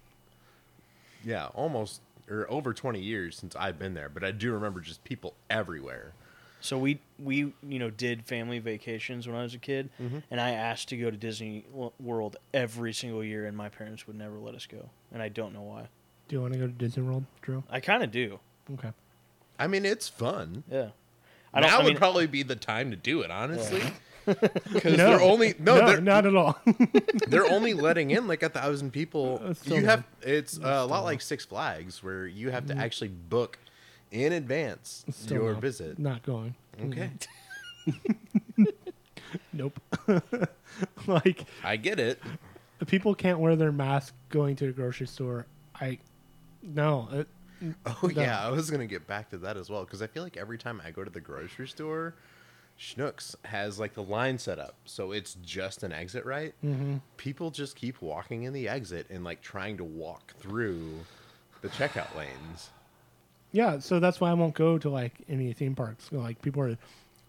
C: yeah, almost or over 20 years since I've been there, but I do remember just people everywhere.
B: So we we you know did family vacations when I was a kid,
A: Mm-hmm.
B: and I asked to go to Disney Wo- World every single year, and my parents would never let us go, and I don't know why.
A: Do you want to go to Disney World, Drew?
B: I kind of do.
A: Okay.
C: I mean, it's fun.
B: Yeah. I
C: I
B: don't.
C: now
B: I mean,
C: would probably be the time to do it, honestly. Because
A: No.
C: they're only no,
A: no
C: they're
A: not at all.
C: they're only letting in like a thousand people.
A: That's still
C: You
A: low.
C: have it's uh, a lot like Six Flags, where you have to actually book in advance
A: Still
C: your
A: no.
C: visit.
A: Not going.
C: Okay,
A: Nope. like
C: I get it.
A: people can't wear their mask going to the grocery store. I no. It,
C: Oh yeah, I was gonna get back to that as well because I feel like every time I go to the grocery store, Schnucks has like the line set up, so it's just an exit, right? Mm-hmm. People just keep walking in the exit and like trying to walk through the checkout lanes.
A: yeah. So that's why I won't go to like any theme parks. Like people are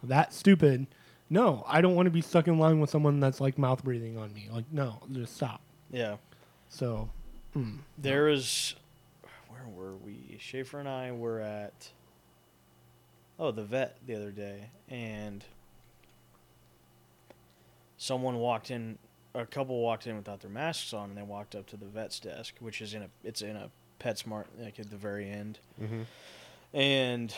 A: that stupid. No, I don't want to be stuck in line with someone that's like mouth breathing on me. Like no, just stop.
B: yeah.
A: So
B: There is. Where were we? Schaefer and I were at. Oh, the vet the other day, and someone walked in. A couple walked in without their masks on, and they walked up to the vet's desk, which is in a. It's in a PetSmart, like at the very end, and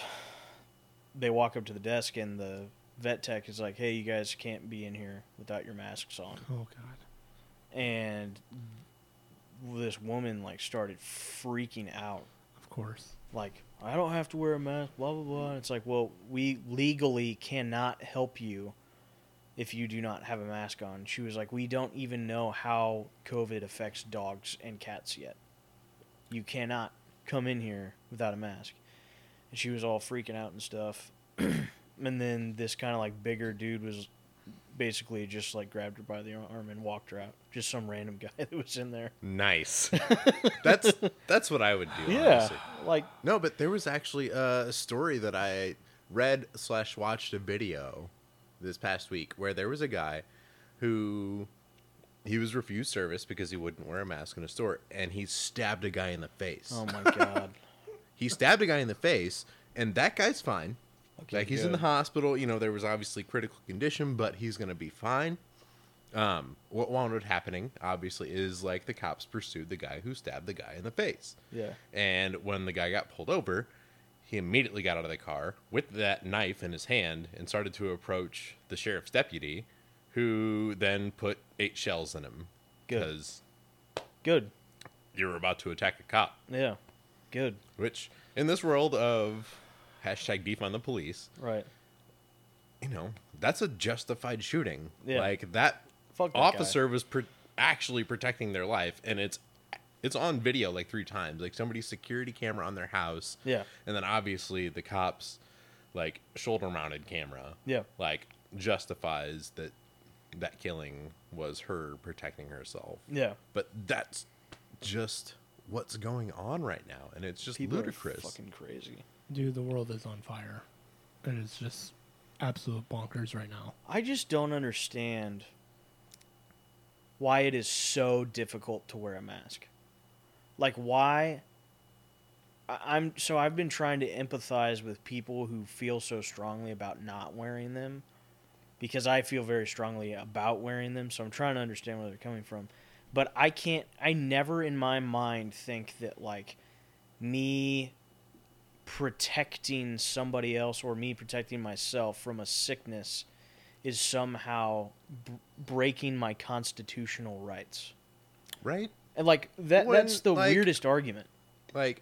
B: they walk up to the desk, and the vet tech is like, "Hey, you guys can't be in here without your masks on."
A: oh god.
B: and this woman like started freaking out
A: Of course.
B: like i don't have to wear a mask blah blah blah and it's like well we legally cannot help you if you do not have a mask on she was like we don't even know how covid affects dogs and cats yet you cannot come in here without a mask and she was all freaking out and stuff and then this kind of like bigger dude was basically just like grabbed her by the arm and walked her out just some random guy that was in there
C: Nice. that's that's what I would do.
B: yeah
C: honestly.
B: like
C: No, but there was actually a story that I read slash watched a video this past week where there was a guy who he was refused service because he wouldn't wear a mask in a store, and he stabbed a guy in the face.
B: oh my god
C: He stabbed a guy in the face, and that guy's fine.
B: Okay,
C: like he's in the
B: good.
C: hospital. You know, there was obviously critical condition, but he's gonna be fine. Um, what wound up happening, obviously, is like the cops pursued the guy who stabbed the guy in the face.
B: Yeah.
C: And when the guy got pulled over, he immediately got out of the car with that knife in his hand and started to approach the sheriff's deputy, who then put eight shells in him
B: Good.
C: because
B: good
C: you were about to attack a cop.
B: Yeah. Good.
C: Which, in this world of hashtag beef on the police,
B: Right.
C: you know, that's a justified shooting.
B: Yeah.
C: Like that,
B: Fuck that
C: officer was pr actually protecting their life, and it's it's on video like three times. Like somebody's security camera on their house.
B: Yeah.
C: and then obviously the cops like shoulder mounted camera.
B: Yeah.
C: like justifies that that killing was her protecting herself.
B: Yeah.
C: But that's just what's going on right now, and it's just
B: People
C: ludicrous.
B: are fucking crazy.
A: Dude, the world is on fire. It is just absolute bonkers right now.
B: I just don't understand why it is so difficult to wear a mask. Like why I- I'm so I've been trying to empathize with people who feel so strongly about not wearing them because I feel very strongly about wearing them, so I'm trying to understand where they're coming from. But I can't I never in my mind think that like me protecting somebody else or me protecting myself from a sickness is somehow b- breaking my constitutional rights.
C: Right?
B: And like that
C: When,
B: that's the
C: like-
B: weirdest argument.
C: Like,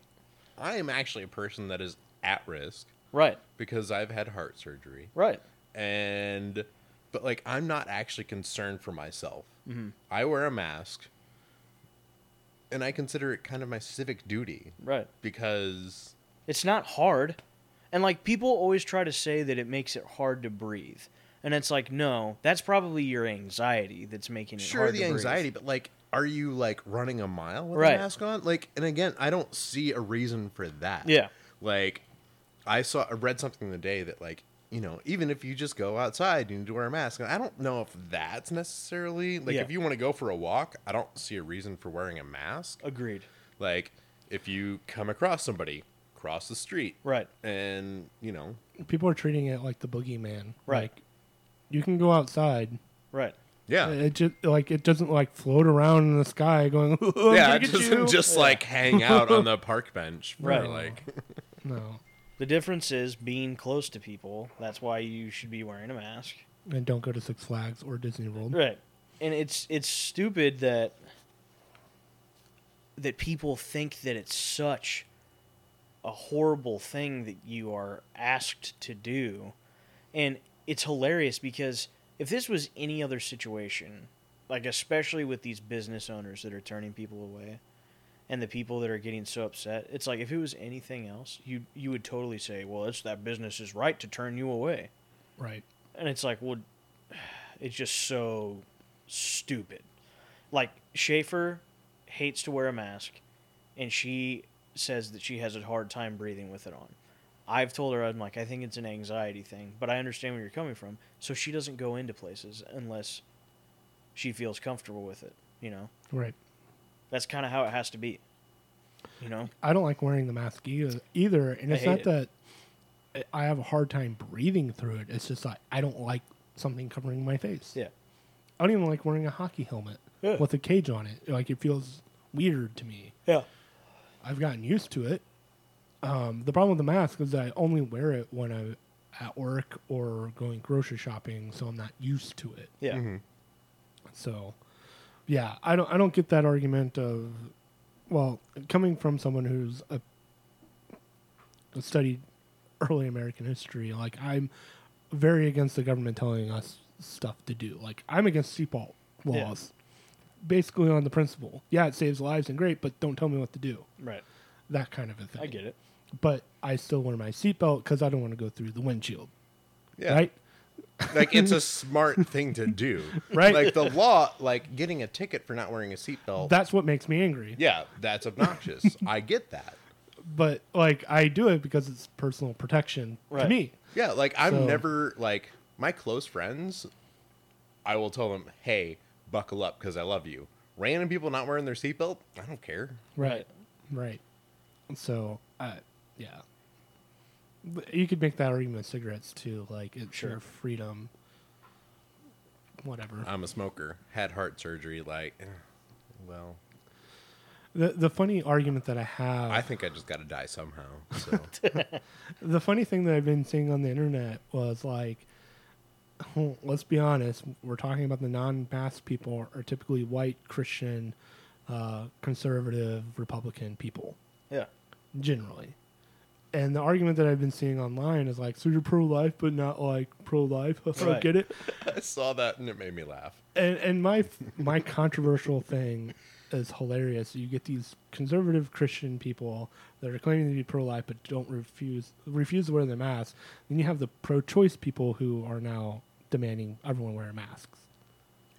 C: I am actually a person that is at risk
B: Right.
C: because I've had heart surgery.
B: Right.
C: and but like I'm not actually concerned for myself. I wear a mask, and I consider it kind of my civic duty
B: Right.
C: because
B: It's not hard. And like people always try to say that it makes it hard to breathe. And it's like, no, that's probably your anxiety that's making it
C: sure
B: hard
C: the
B: to breathe.
C: anxiety, but like, are you like running a mile with
B: Right.
C: a mask on? Like, and again, I don't see a reason for that.
B: Yeah.
C: like I saw I read something the day that like you know even if you just go outside you need to wear a mask and I don't know if that's necessarily like
B: Yeah.
C: if you want to go for a walk I don't see a reason for wearing a mask
B: Agreed.
C: Like if you come across somebody, cross the street.
B: Right.
C: And, you know,
A: People are treating it like the boogeyman.
B: Right.
A: Like, you can go outside.
B: Right.
C: yeah.
A: It just like it doesn't like float around in the sky going. "Ooh, I'm
C: Yeah,
A: gonna
C: it
A: get
C: doesn't
A: you."
C: just like hang out on the park bench for
B: Right.
C: like
A: no,
B: The difference is being close to people. That's why you should be wearing a mask.
A: and don't go to Six Flags or Disney World.
B: Right. And it's it's stupid that that people think that it's such a horrible thing that you are asked to do. And it's hilarious because if this was any other situation, like especially with these business owners that are turning people away and the people that are getting so upset, it's like if it was anything else, you you would totally say, "Well, it's that business's right to turn you away."
A: Right.
B: and it's like, well, it's just so stupid. Like Schaefer hates to wear a mask, and she says that she has a hard time breathing with it on. I've told her I'm like I think it's an anxiety thing, but I understand where you're coming from. So she doesn't go into places unless she feels comfortable with it. You know,
A: Right.
B: that's kind of how it has to be. You know,
A: I don't like wearing the mask either. Either, and
B: I
A: it's
B: hate
A: not
B: it.
A: that I- I have a hard time breathing through it. It's just like I don't like something covering my face.
B: yeah,
A: I don't even like wearing a hockey helmet
B: Yeah.
A: with a cage on it. Like it feels weird to me.
B: yeah,
A: I've gotten used to it. Um, the problem with the mask is that I only wear it when I'm at work or going grocery shopping, so I'm not used to it.
B: yeah.
A: So, yeah, I don't I don't get that argument of, well, coming from someone who's a, studied early American history, like I'm very against the government telling us stuff to do. Like I'm against seatbelt
B: Yeah.
A: laws, basically on the principle. Yeah, it saves lives and great, but don't tell me what to do.
B: Right.
A: That kind of a thing.
B: I get it.
A: But I still wear my seatbelt because I don't want to go through the windshield.
C: yeah.
A: Right.
C: Like it's a smart thing to do.
A: Right.
C: Like the law like getting a ticket for not wearing a seatbelt.
A: That's what makes me angry.
C: yeah, that's obnoxious. I get that.
A: But like I do it because it's personal protection
B: Right.
A: to me.
C: Yeah, like I'm
A: So-
C: never like my close friends. I will tell them, "Hey, buckle up because I love you." Random people not wearing their seatbelt, I don't care.
A: Right. Right. So, uh, yeah. But you could make that argument with cigarettes too. Like, it's
B: Sure.
A: your freedom. Whatever.
C: I'm a smoker. Had heart surgery. Like, eh, well,
A: The the funny argument that I have.
C: I think I just got to die somehow. So
A: the funny thing that I've been seeing on the internet was like, let's be honest, we're talking about the non-mask people are typically white Christian, uh, conservative Republican people
B: Yeah.
A: generally. And the argument that I've been seeing online is like, so you're pro-life but not like pro-life. I
B: Right.
A: get it.
C: I saw that and it made me laugh.
A: and and my my controversial thing is hilarious. You get these conservative Christian people that are claiming to be pro-life but don't refuse refuse to wear the mask. Then you have the pro-choice people who are now demanding everyone wear masks.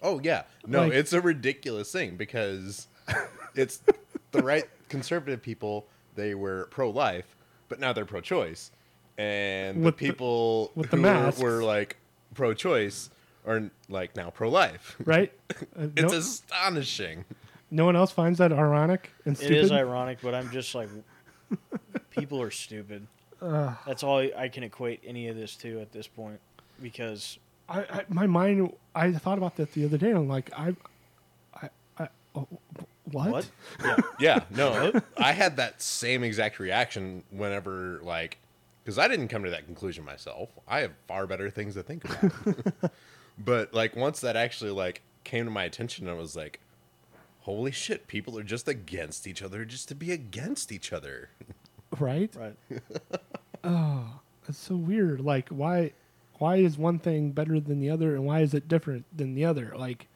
C: Oh yeah, no,
A: Like-
C: it's a ridiculous thing because it's the right conservative people they were pro-life, but now they're pro-choice, and
A: With
C: the
A: the-
C: people
A: with the
C: who were,
A: masks.
C: were like pro-choice are like now pro-life.
A: right? Uh,
C: It's
A: no,
C: astonishing.
A: no one else finds that ironic and
B: It
A: stupid.
B: is ironic, but I'm just like, people are stupid. That's all I I can equate any of this to at this point, because
A: I, I my mind I thought about that the other day. and I'm like I, I, I oh, what?
B: what? Yeah.
C: Yeah, no, I had that same exact reaction whenever, like, because I didn't come to that conclusion myself. I have far better things to think about. but like, once that actually like came to my attention, I was like, "Holy shit! People are just against each other just to be against each other."
A: Right?
B: Right.
A: It's so weird. Like why, why is one thing better than the other, and why is it different than the other? Like,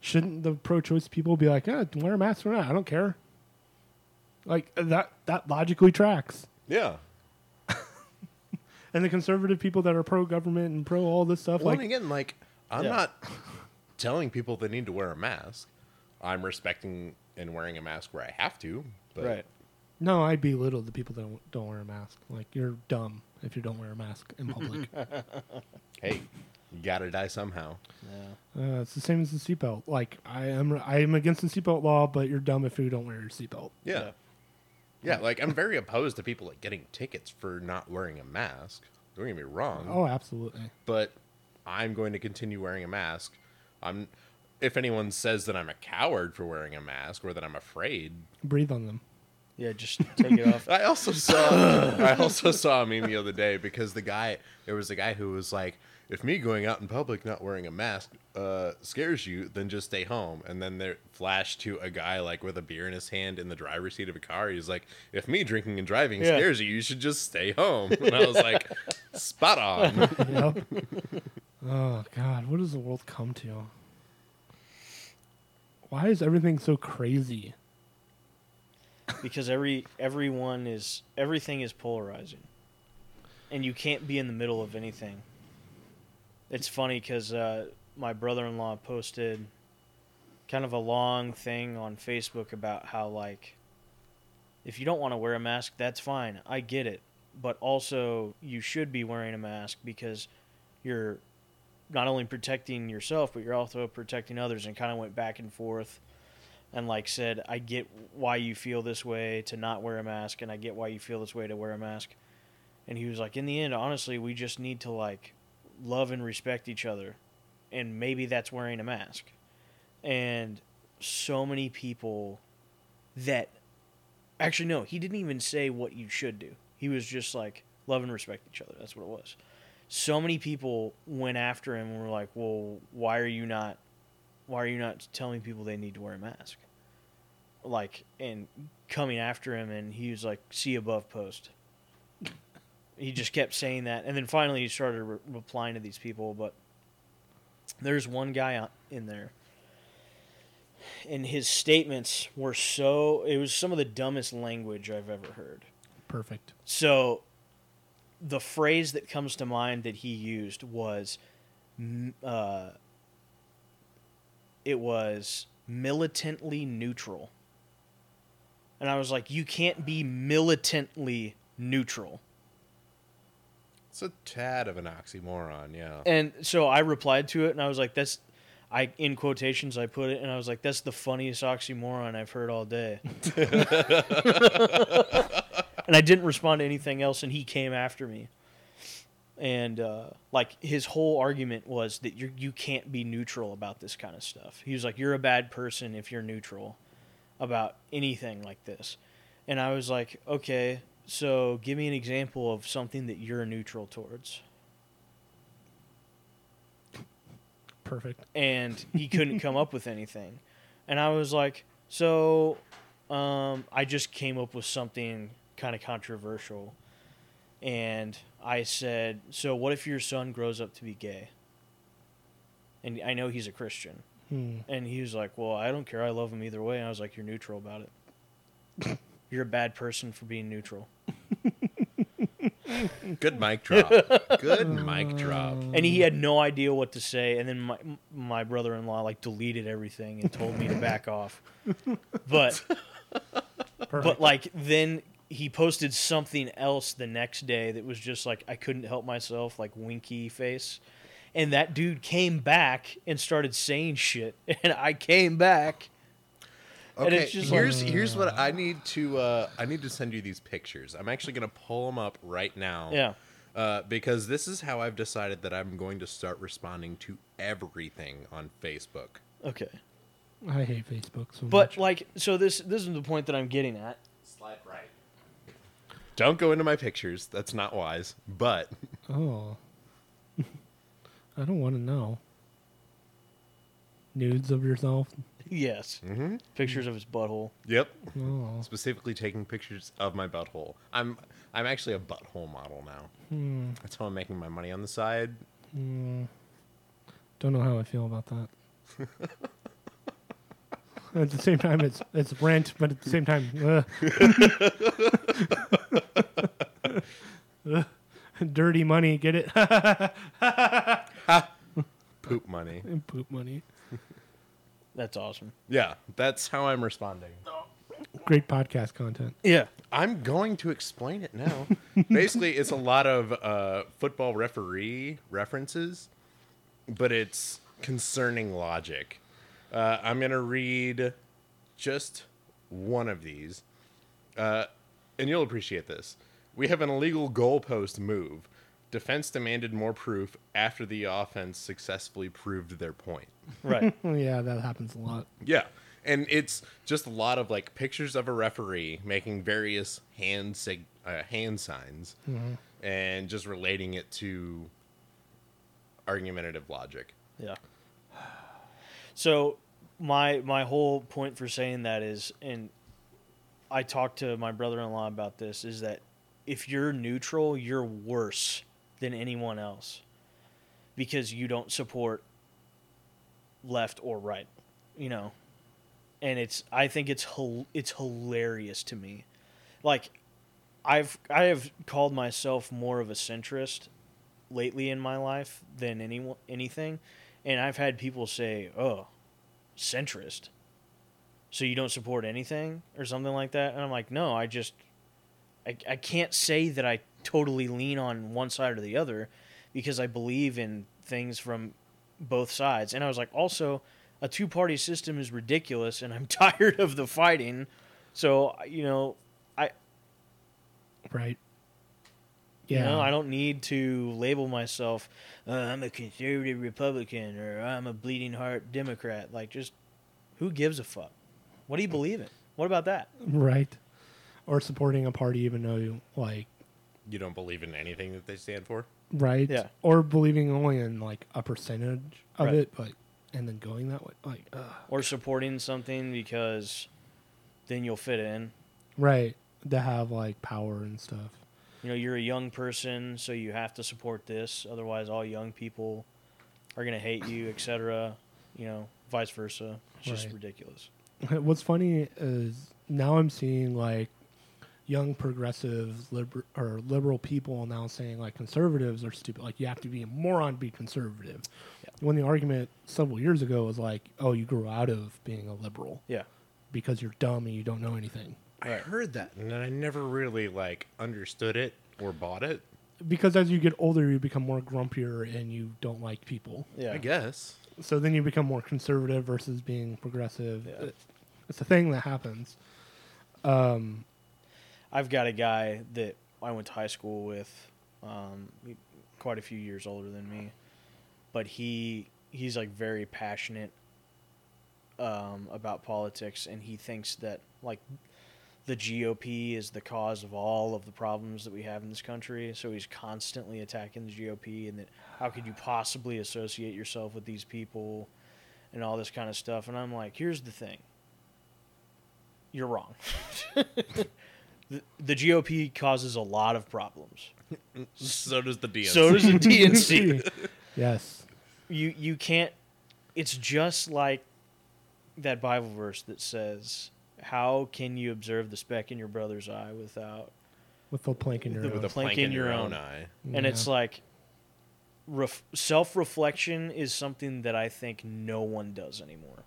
A: shouldn't the pro-choice people be like, eh, wear a mask or not? I don't care. Like that that logically tracks.
C: Yeah,
A: And the conservative people that are pro-government and pro all this stuff,
C: well, and
A: like
C: again, like, I'm
B: Yeah.
C: not telling people they need to wear a mask. I'm respecting and wearing a mask where I have to. But
B: Right.
A: No, I belittle the people that don't, don't wear a mask. Like you're dumb if you don't wear a mask in public. uh,
C: hey, you gotta die somehow.
B: Yeah.
A: Uh, it's the same as the seatbelt. Like I am, I am against the seatbelt law, but you're dumb if you don't wear your seatbelt.
C: Yeah.
B: Yeah.
C: Yeah, like I'm very opposed to people like getting tickets for not wearing a mask. Don't get me wrong,
A: Oh, absolutely.
C: but I'm going to continue wearing a mask. I'm if anyone says that I'm a coward for wearing a mask or that I'm afraid,
A: Breathe on them.
B: Yeah. Just take it off.
C: I also saw I also saw a meme the other day because the guy there was a guy who was like, if me going out in public not wearing a mask uh, scares you, then just stay home. And then there flashed to a guy like with a beer in his hand in the driver's seat of a car. He's like, if me drinking and driving
B: Yeah.
C: scares you, you should just stay home. And I was like, spot on.
A: Yep. oh God, what does the world come to? Why is everything so crazy?
B: because every everyone is everything is polarizing, and you can't be in the middle of anything. It's funny because uh, my brother-in-law posted kind of a long thing on Facebook about how like if you don't want to wear a mask, that's fine. I get it, but also you should be wearing a mask because you're not only protecting yourself, but you're also protecting others. And kind of went back and forth and like said, I get why you feel this way to not wear a mask, and I get why you feel this way to wear a mask. And he was like, in the end, honestly, we just need to like love and respect each other, and maybe that's wearing a mask. And so many people that actually no, he didn't even say what you should do. He was just like love and respect each other. That's what it was. So many people went after him and were like, "Well, why are you not why are you not telling people they need to wear a mask? Like, and coming after him, and he was like, see above post. he just kept saying that. And then finally, he started re- replying to these people. But there's one guy out in there, and his statements were so, it was some of the dumbest language I've ever heard.
A: Perfect.
B: So the phrase that comes to mind that he used was m- uh, it was militantly neutral. And I was like, you can't be militantly neutral.
C: It's a tad of an oxymoron, yeah.
B: And so I replied to it and I was like, that's I in quotations I put it and I was like, that's the funniest oxymoron I've heard all day. and I didn't respond to anything else and he came after me. And uh, like his whole argument was that you you can't be neutral about this kind of stuff. He was like, you're a bad person if you're neutral about anything like this. And I was like, okay, so give me an example of something that you're neutral towards.
A: Perfect.
B: and he couldn't come up with anything. And I was like, so um, I just came up with something kind of controversial. And I said, so what if your son grows up to be gay? And I know he's a Christian.
A: Hmm.
B: And he was like, well, I don't care. I love him either way. And I was like, you're neutral about it. You're a bad person for being neutral.
C: Good mic drop. Good mic drop.
B: and he had no idea what to say and then my my brother-in-law like deleted everything and told me to back off but
A: perfect.
B: But like then he posted something else the next day that was just like I couldn't help myself, like winky face. And that dude came back and started saying shit, and I came back. And
C: Okay,
B: it's just like- Mm.
C: here's here's what I need to uh, I need to send you these pictures. I'm actually gonna pull them up right now.
B: Yeah.
C: Uh, because this is how I've decided that I'm going to start responding to everything on Facebook.
B: Okay.
A: I hate Facebook so
B: But
A: much.
B: like, so this this is the point that I'm getting at.
C: Slide right. Don't go into my pictures. That's not wise. But
A: Oh. I don't want to know. Nudes of yourself?
B: Yes. Mm-hmm. Pictures of his butthole.
C: yep,
A: Oh.
C: specifically taking pictures of my butthole. I'm I'm actually a butthole model now.
B: Hmm.
C: That's how I'm making my money on the side.
A: Mm. Don't know how I feel about that. at the same time, it's it's rent, but at the same time, ugh. Ugh. dirty money. Get it?
C: Poop money.
A: Poop money.
B: That's awesome.
C: Yeah, that's how I'm responding.
A: Great podcast content.
B: Yeah.
C: I'm going to explain it now. Basically, it's a lot of uh, football referee references, but it's concerning logic. Uh, I'm going to read just one of these, uh, and you'll appreciate this. We have an illegal goalpost move. Defense demanded more proof after the offense successfully proved their point.
B: Right.
A: Oh, yeah, that happens a lot.
C: Yeah. And it's just a lot of like pictures of a referee making various hand sig- uh, hand signs and just relating it to argumentative logic.
B: Yeah. So my my whole point for saying that is, and I talked to my brother-in-law about this, is that if you're neutral, you're worse than anyone else because you don't support left or right, you know. And it's I think it's hil- it's hilarious to me. Like I've I have called myself more of a centrist lately in my life than any anything, and I've had people say, "Oh, centrist." So you don't support anything or something like that, and I'm like, "No, I just I, I can't say that I totally lean on one side or the other because I believe in things from both sides." And I was like, "Also, a two-party system is ridiculous and I'm tired of the fighting." So, you know, I
A: Right.
B: you know, I don't need to label myself. Uh, I'm a conservative Republican or I'm a bleeding heart Democrat. Like, just who gives a fuck? What do you believe in? What about that?
A: Right. Or supporting a party even though you like
C: You don't believe in anything that they stand for?
A: right?
B: Yeah.
A: Or believing only in like a percentage of
B: Right.
A: it, but and then going that way. Like uh,
B: Or supporting something because then you'll fit in.
A: right. To have like power and stuff.
B: You know, you're a young person, so you have to support this. Otherwise, all young people are gonna hate you, etc. You know, vice versa. It's just
A: Right.
B: ridiculous.
A: What's funny is now I'm seeing like young progressive liber- or liberal people now saying like conservatives are stupid. Like you have to be a moron to be conservative. When the argument several years ago was like, oh, you grew out of being a liberal
B: Yeah.
A: because you're dumb and you don't know anything.
C: I heard that and I never really like understood it or bought it.
A: Because as you get older, you become more grumpier and you don't like people.
B: Yeah.
C: I guess.
A: so then you become more conservative versus being progressive.
B: Yeah.
A: It- It's a thing that happens.
B: I've got a guy that I went to high school with, um, he- quite a few years older than me, but he he's like very passionate um, about politics, and he thinks that like the GOP is the cause of all of the problems that we have in this country. So he's constantly attacking the GOP, and that how could you possibly associate yourself with these people, and all this kind of stuff. And I'm like, here's the thing. You're wrong. the, the GOP causes a lot of problems.
C: So does the DNC.
B: So does the DNC.
A: yes.
B: you you can't. It's just like that Bible verse that says, "How can you observe the speck in your brother's eye without?"
A: With the plank in your
B: The-
C: with
A: nose.
C: a plank in your own eye.
B: And
A: Yeah.
B: it's like ref, self-reflection is something that I think no one does anymore.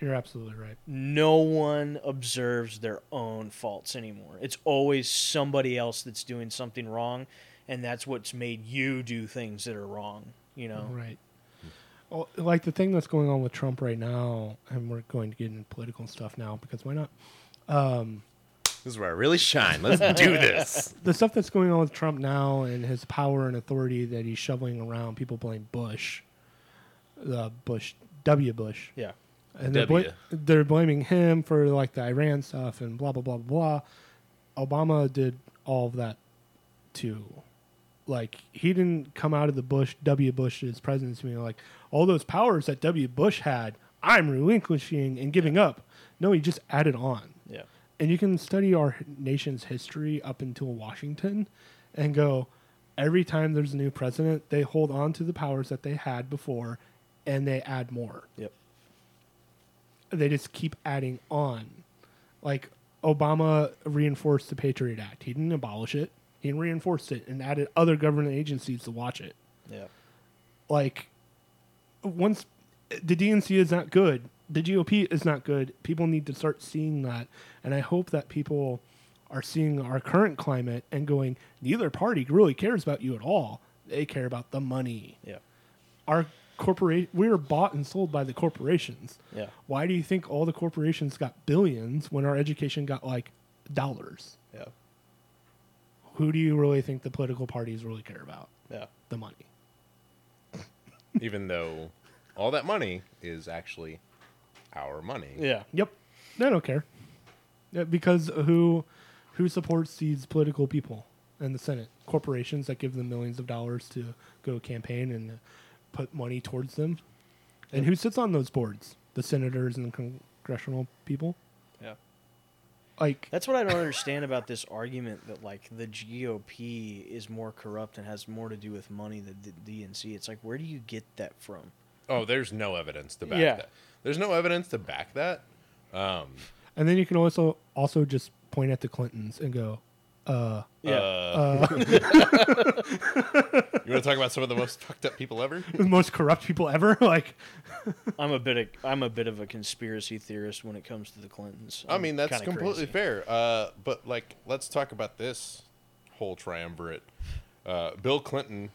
A: You're absolutely right.
B: no one observes their own faults anymore. It's always somebody else that's doing something wrong, and that's what's made you do things that are wrong. You know,
A: Right. Well, like the thing that's going on with Trump right now, and we're going to get into political stuff now because why not?
C: This is where I really shine. Let's do this.
A: The stuff that's going on with Trump now and his power and authority that he's shoveling around, people blame Bush, uh, Bush W. Bush,
B: yeah,
A: and they're, bla-
C: W.
A: they're blaming him for like the Iran stuff and blah blah blah blah. blah. Obama did all of that too. Like he didn't come out of the Bush W. Bush's presidency being like all those powers that W. Bush had, I'm relinquishing and giving up. No, he just added on.
B: yeah,
A: And you can study our h- nation's history up until Washington and go every time there's a new president, they hold on to the powers that they had before and they add more
B: yep,
A: they just keep adding on. Like Obama reinforced the Patriot Act. He didn't abolish it. He reinforced it and added other government agencies to watch it.
B: yeah,
A: Like once the DNC is not good, the GOP is not good. People need to start seeing that, and I hope that people are seeing our current climate and going, neither party really cares about you at all. They care about the money.
B: yeah,
A: Our corporate we are bought and sold by the corporations
B: yeah,
A: why do you think all the corporations got billions when our education got like dollars?
B: yeah,
A: Who do you really think the political parties really care about?
B: yeah.
A: The money.
C: Even though all that money is actually our money.
B: yeah.
A: Yep, they don't care Yeah, because who who supports these political people in the Senate? Corporations that give them millions of dollars to go campaign and put money towards them, and who sits on those boards? The senators and the congressional people.
B: Yeah.
A: Like
B: That's what I don't understand about this argument that like the GOP is more corrupt and has more to do with money than the DNC. It's like where do you get that from?
C: Oh, there's no evidence to back
B: Yeah.
C: that. There's no evidence to back that.
A: And then you can also also just point at the Clintons and go,
B: Yeah,
C: Uh, You want to talk about some of the most fucked up people ever?
A: the most corrupt people ever. like,
B: I'm a bit of, I'm a bit of a conspiracy theorist when it comes to the Clintons.
C: I mean, that's
B: kinda
C: completely
B: crazy.
C: fair. Uh, but like, let's talk about this whole triumvirate. Uh, Bill Clinton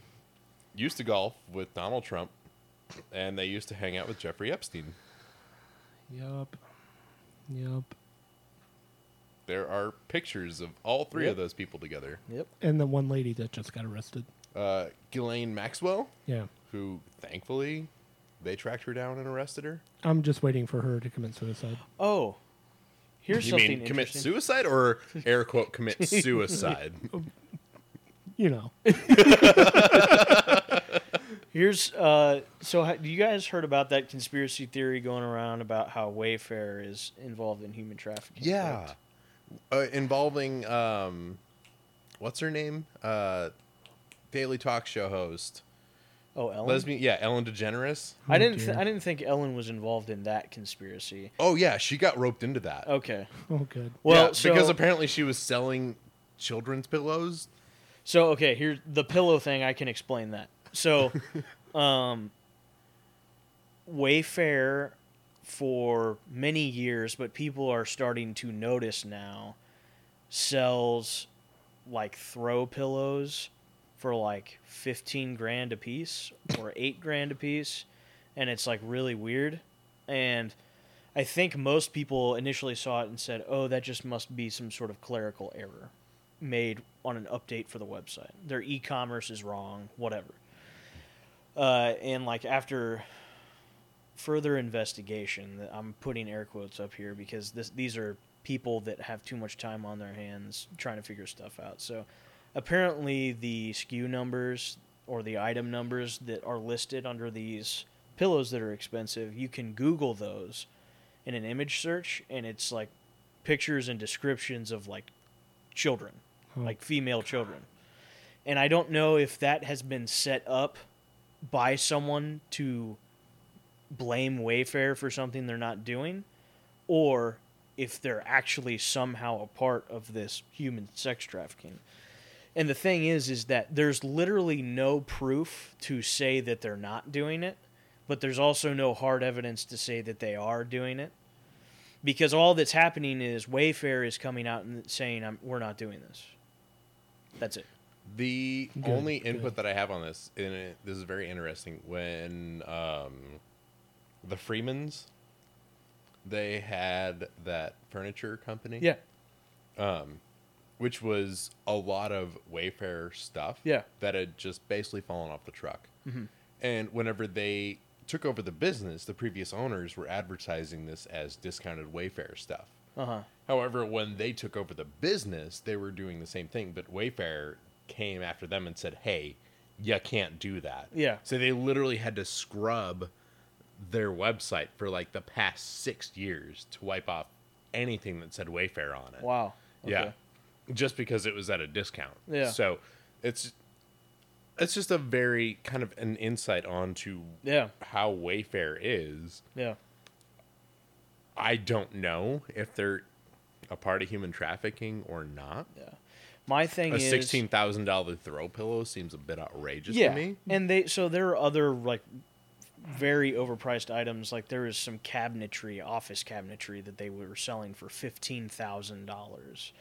C: used to golf with Donald Trump, and they used to hang out with Jeffrey Epstein.
A: yep, yep.
C: There are pictures of all three
B: Yep.
C: of those people together.
B: Yep.
A: And the one lady that just got arrested.
C: Uh, Ghislaine Maxwell,
A: Yeah,
C: who thankfully they tracked her down and arrested her.
A: I'm just waiting for her to commit suicide.
B: Oh, here's
C: you
B: something
C: mean commit
B: interesting. Oh,
C: suicide or air quote commit suicide?
A: You know,
B: here's uh, so ha- you guys heard about that conspiracy theory going around about how Wayfair is involved in human trafficking?
C: yeah,
B: correct?
C: uh, involving um, what's her name? Uh, Daily talk show host,
B: Oh, Ellen.
C: lesbian. Yeah, Ellen DeGeneres.
B: I didn't.
A: Oh,
B: Th-
A: dear.
B: I didn't think Ellen was involved in that conspiracy.
C: Oh yeah, she got roped into that.
B: Okay.
A: oh good.
B: Well,
C: Yeah,
B: so,
C: because apparently she was selling children's pillows.
B: So okay, here's the pillow thing. I can explain that. So, um, Wayfair for many years, but people are starting to notice now. Sells like throw pillows for like fifteen grand a piece or eight grand a piece, and it's like really weird. And I think most people initially saw it and said, "Oh, that just must be some sort of clerical error." made on an update for the website. Their e-commerce is wrong, whatever. Uh, and like after further investigation, th- I'm putting air quotes up here because this, these are people that have too much time on their hands trying to figure stuff out. So apparently the SKU numbers or the item numbers that are listed under these pillows that are expensive, you can Google those in an image search and it's like pictures and descriptions of like children,
A: Oh.
B: like female children. And I don't know if that has been set up by someone to blame Wayfair for something they're not doing, or if they're actually somehow a part of this human sex trafficking. And the thing is, is that there's literally no proof to say that they're not doing it, but there's also no hard evidence to say that they are doing it because all that's happening is Wayfair is coming out and saying I'm, we're not doing this. That's it.
C: The
A: Good,
C: only
A: good.
C: input that I have on this, and it, this is very interesting, when um, the Freemans, they had that furniture company,
B: Yeah.
C: which was a lot of Wayfair stuff,
B: Yeah. Mm-hmm.
C: that had just basically fallen off the truck. And whenever they took over the business, the previous owners were advertising this as discounted Wayfair stuff.
B: Uh huh.
C: However, when they took over the business, they were doing the same thing, but Wayfair came after them and said, "Hey, you can't do that."
B: Yeah.
C: So they literally had to scrub their website for like the past 6 years to wipe off anything that said Wayfair on it.
B: Wow.
C: Yeah. Just because it was at a discount.
B: Yeah.
C: So it's it's just a very kind of an insight onto
B: Yeah.
C: how Wayfair is.
B: Yeah.
C: I don't know if they're a part of human trafficking or not.
B: Yeah. My thing
C: A
B: is
C: sixteen thousand dollar throw pillow seems a bit outrageous
B: yeah.
C: to me.
B: And they so there are other like very overpriced items like there is some cabinetry, office cabinetry that they were selling for $15,000.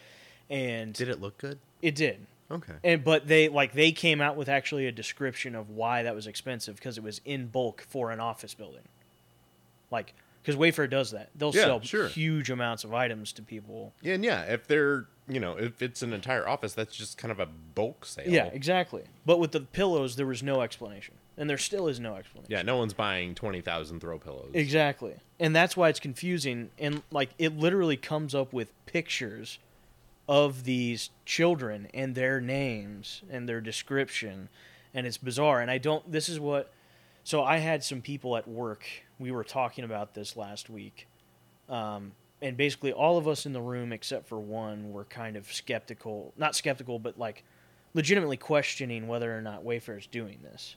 B: And
C: it look good?
B: it did.
C: Okay.
B: And but they like they came out with actually a description of why that was expensive because it was in bulk for an office building. Like because Wayfair does that. They'll
C: Yeah,
B: sell
C: sure.
B: huge amounts of items to people.
C: Yeah, and yeah. If they're you know if it's an entire office, that's just kind of a bulk sale.
B: Yeah, exactly. But with the pillows there was no explanation. And there still is no explanation.
C: Yeah. No one's buying twenty thousand throw pillows.
B: Exactly. And that's why it's confusing and like it literally comes up with pictures of these children and their names and their description and it's bizarre and I don't this is what so I had some people at work we were talking about this last week um and basically all of us in the room except for one were kind of skeptical not skeptical but like legitimately questioning whether or not Wayfair's doing this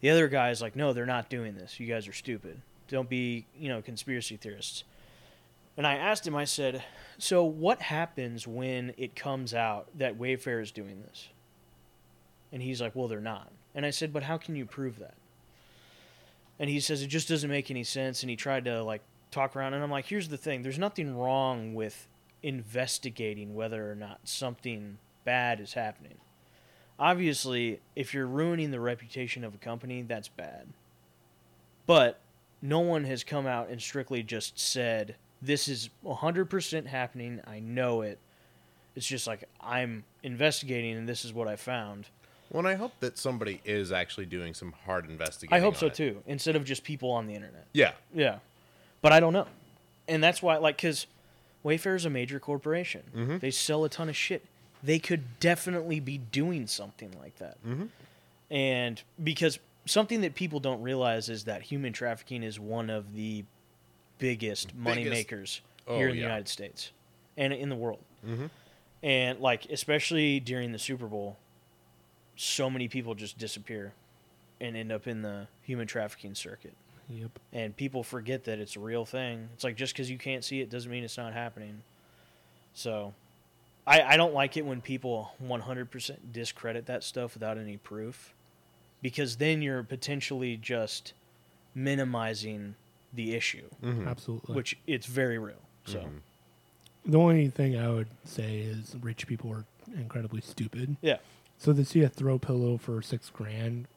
B: the other guy is like, no, they're not doing this. You guys are stupid. Don't be, you know, conspiracy theorists. And I asked him, I said, so what happens when it comes out that Wayfair is doing this? And he's like, well, they're not. And I said, but how can you prove that? And he says, it just doesn't make any sense. And he tried to, like, talk around. And I'm like, here's the thing there's nothing wrong with investigating whether or not something bad is happening obviously, if you're ruining the reputation of a company, that's bad. But no one has come out and strictly just said, this is 100% happening. I know it. It's just like, I'm investigating and this is what I found.
C: Well, and I hope that somebody is actually doing some hard investigation.
B: I hope
C: on
B: so
C: it.
B: too, instead of just people on the internet.
C: Yeah.
B: Yeah. But I don't know. And that's why, like, because Wayfair is a major corporation,
C: Mm-hmm.
B: they sell a ton of shit. They could definitely be doing something like that.
C: Mm-hmm.
B: And because something that people don't realize is that human trafficking is one of the biggest money
C: Biggest-
B: makers
C: Oh,
B: here in the
C: yeah. Mm-hmm.
B: United States and in the world. And, like, especially during the Super Bowl, so many people just disappear and end up in the human trafficking circuit
A: Yep.
B: and people forget that it's a real thing. It's like just because you can't see it doesn't mean it's not happening. So, I I don't like it when people 100% discredit that stuff without any proof, because then you're potentially just minimizing the issue,
A: Absolutely.
B: Mm-hmm. which it's very real. So,
A: the only thing I would say is rich people are incredibly stupid.
B: yeah,
A: So to see a throw pillow for six grand,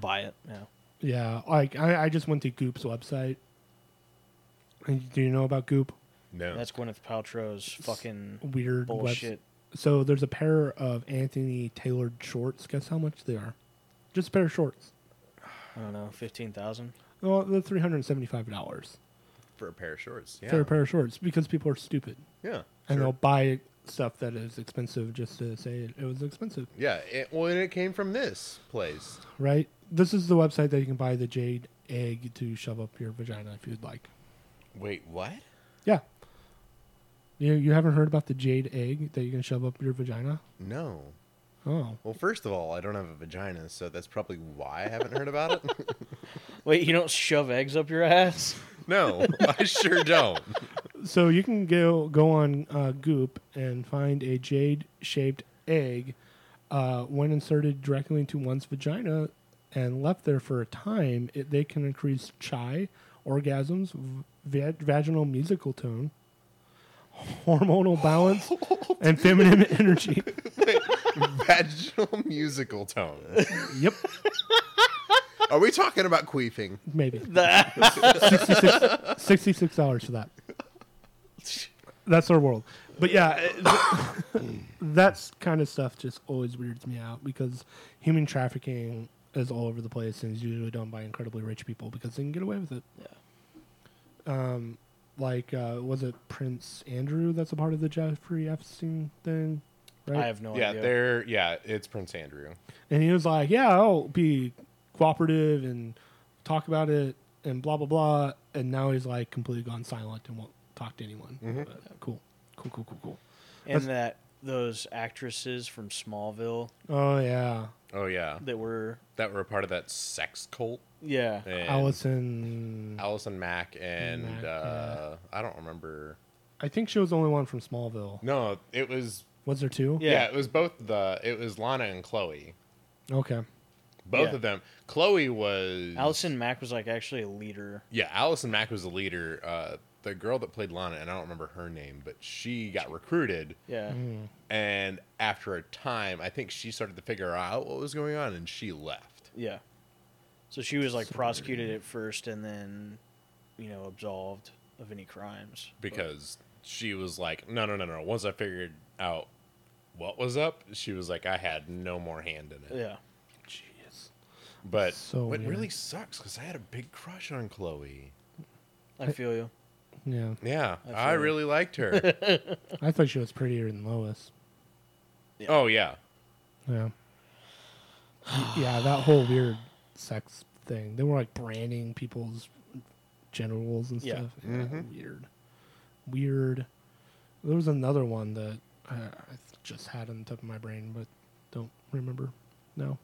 B: buy it. Yeah,
A: yeah. Like I, I just went to Goop's website. And do you know about Goop?
C: No.
B: that's Gwyneth Paltrow's fucking
A: Weird webs-
B: bullshit.
A: So there's a pair of Anthony tailored shorts. Guess how much they are? Just a pair of shorts.
B: I don't know, fifteen thousand.
A: Well, they're three hundred and seventy-five dollars
C: for a pair of shorts. Yeah.
A: for a pair of shorts because people are stupid
C: Yeah.
A: and
C: sure.
A: they'll buy stuff that is expensive just to say it, it was expensive,
C: Yeah. It, well, and it came from this place.
A: right? This is the website that you can buy the jade egg to shove up your vagina if you'd like.
C: Wait, what?
A: Yeah. You you haven't heard about the jade egg that you can shove up your vagina?
C: No.
A: Oh,
C: Well, first of all, I don't have a vagina, so that's probably why I haven't heard about it.
B: Wait, you don't shove eggs up your ass?
C: no, I sure don't.
A: so you can go go on uh, Goop and find a jade shaped egg. Uh, when inserted directly into one's vagina, and left there for a time, it, they can increase chai, orgasms, va- vaginal musical tone, hormonal balance, and feminine energy.
C: Vaginal musical tone.
A: Yep,
C: Are we talking about queefing?
A: maybe
B: The-
A: sixty-six dollars for that. That's our world. But yeah, eh, that kind of stuff just always weirds me out because human trafficking is all over the place and is usually done by incredibly rich people because they can get away with it.
B: Yeah.
A: Um, like uh, was it Prince Andrew that's a part of the Jeffrey Epstein thing, right?
B: I have no
C: yeah,
B: idea.
C: they're yeah, it's Prince Andrew.
A: And he was like, "Yeah, I'll be cooperative and talk about it and blah blah blah." And now he's like completely gone silent and won't talk to anyone. But cool, cool, cool, cool, cool.
B: and that those actresses from Smallville
A: Oh yeah,
C: Oh yeah,
B: that were
C: that were a part of that sex cult.
B: yeah
C: And
A: Allison.
C: Mm-hmm. Allison Mack and
A: Mack,
C: uh, I don't remember.
A: I think she was the only one from Smallville.
C: No, it was
A: Was there two?
C: yeah.
B: Yeah.
C: it was both the it was Lana and Chloe.
A: Okay.
C: Both
B: Yeah.
C: of them. Chloe was
B: Allison Mack was like actually a leader.
C: Yeah, Allison Mack was the leader. Uh, the girl that played Lana, and I don't remember her name, but she got recruited.
B: Yeah.
C: And after a time, I think she started to figure out what was going on, and she left.
B: Yeah. So she was like prosecuted at first and then, you know, absolved of any crimes. But-
C: because she was like, no, no, no, no. Once I figured out what was up, she was like, I had no more hand in it.
B: yeah.
A: Jeez.
C: But
A: So
C: what
A: weird.
C: really sucks because I had a big crush on Chloe.
B: I feel you.
A: Yeah,
C: Yeah,
B: I
C: I,
B: feel-
C: really liked her.
A: I thought she was prettier than Lois.
C: oh yeah,
A: Yeah. yeah, that whole weird sex thing. They were like branding people's genitals and
B: Yeah.
A: stuff. Yeah, Weird. Weird. There was another one that I, I just had on the top of my brain, but don't remember. No.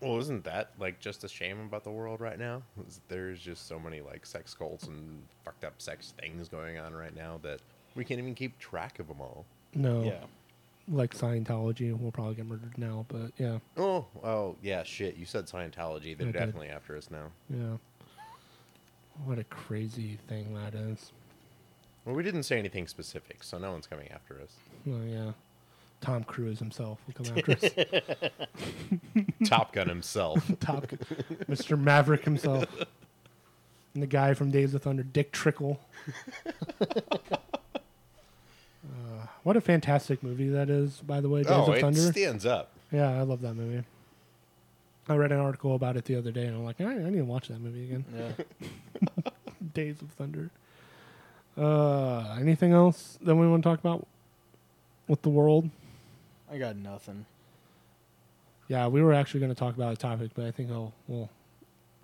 C: Well, isn't that like just a shame about the world right now? Is There's just so many like sex cults and fucked up sex things going on right now that we can't even keep track of them all.
A: No.
B: Yeah.
A: Like Scientology will probably get murdered now, but yeah.
C: Oh, oh yeah, shit. You said Scientology. They're
A: I did.
C: definitely after us now.
A: Yeah. What a crazy thing that is.
C: Well, we didn't say anything specific, so no one's coming after us.
A: Oh, yeah. Tom Cruise himself will come after us.
C: Top Gun himself.
A: Top Gun- Mr. Maverick himself. And the guy from Days of Thunder, Dick Trickle. uh, what a fantastic movie that is, by the way, Days
C: oh,
A: of
C: it
A: Thunder.
C: stands up.
A: yeah, I love that movie. I read an article about it the other day, and I'm like, I, I need to watch that movie again.
B: Yeah.
A: Days of Thunder. Uh, anything else that we want to talk about with the world?
B: I got nothing.
A: Yeah, we were actually going to talk about a topic, but I think I'll we'll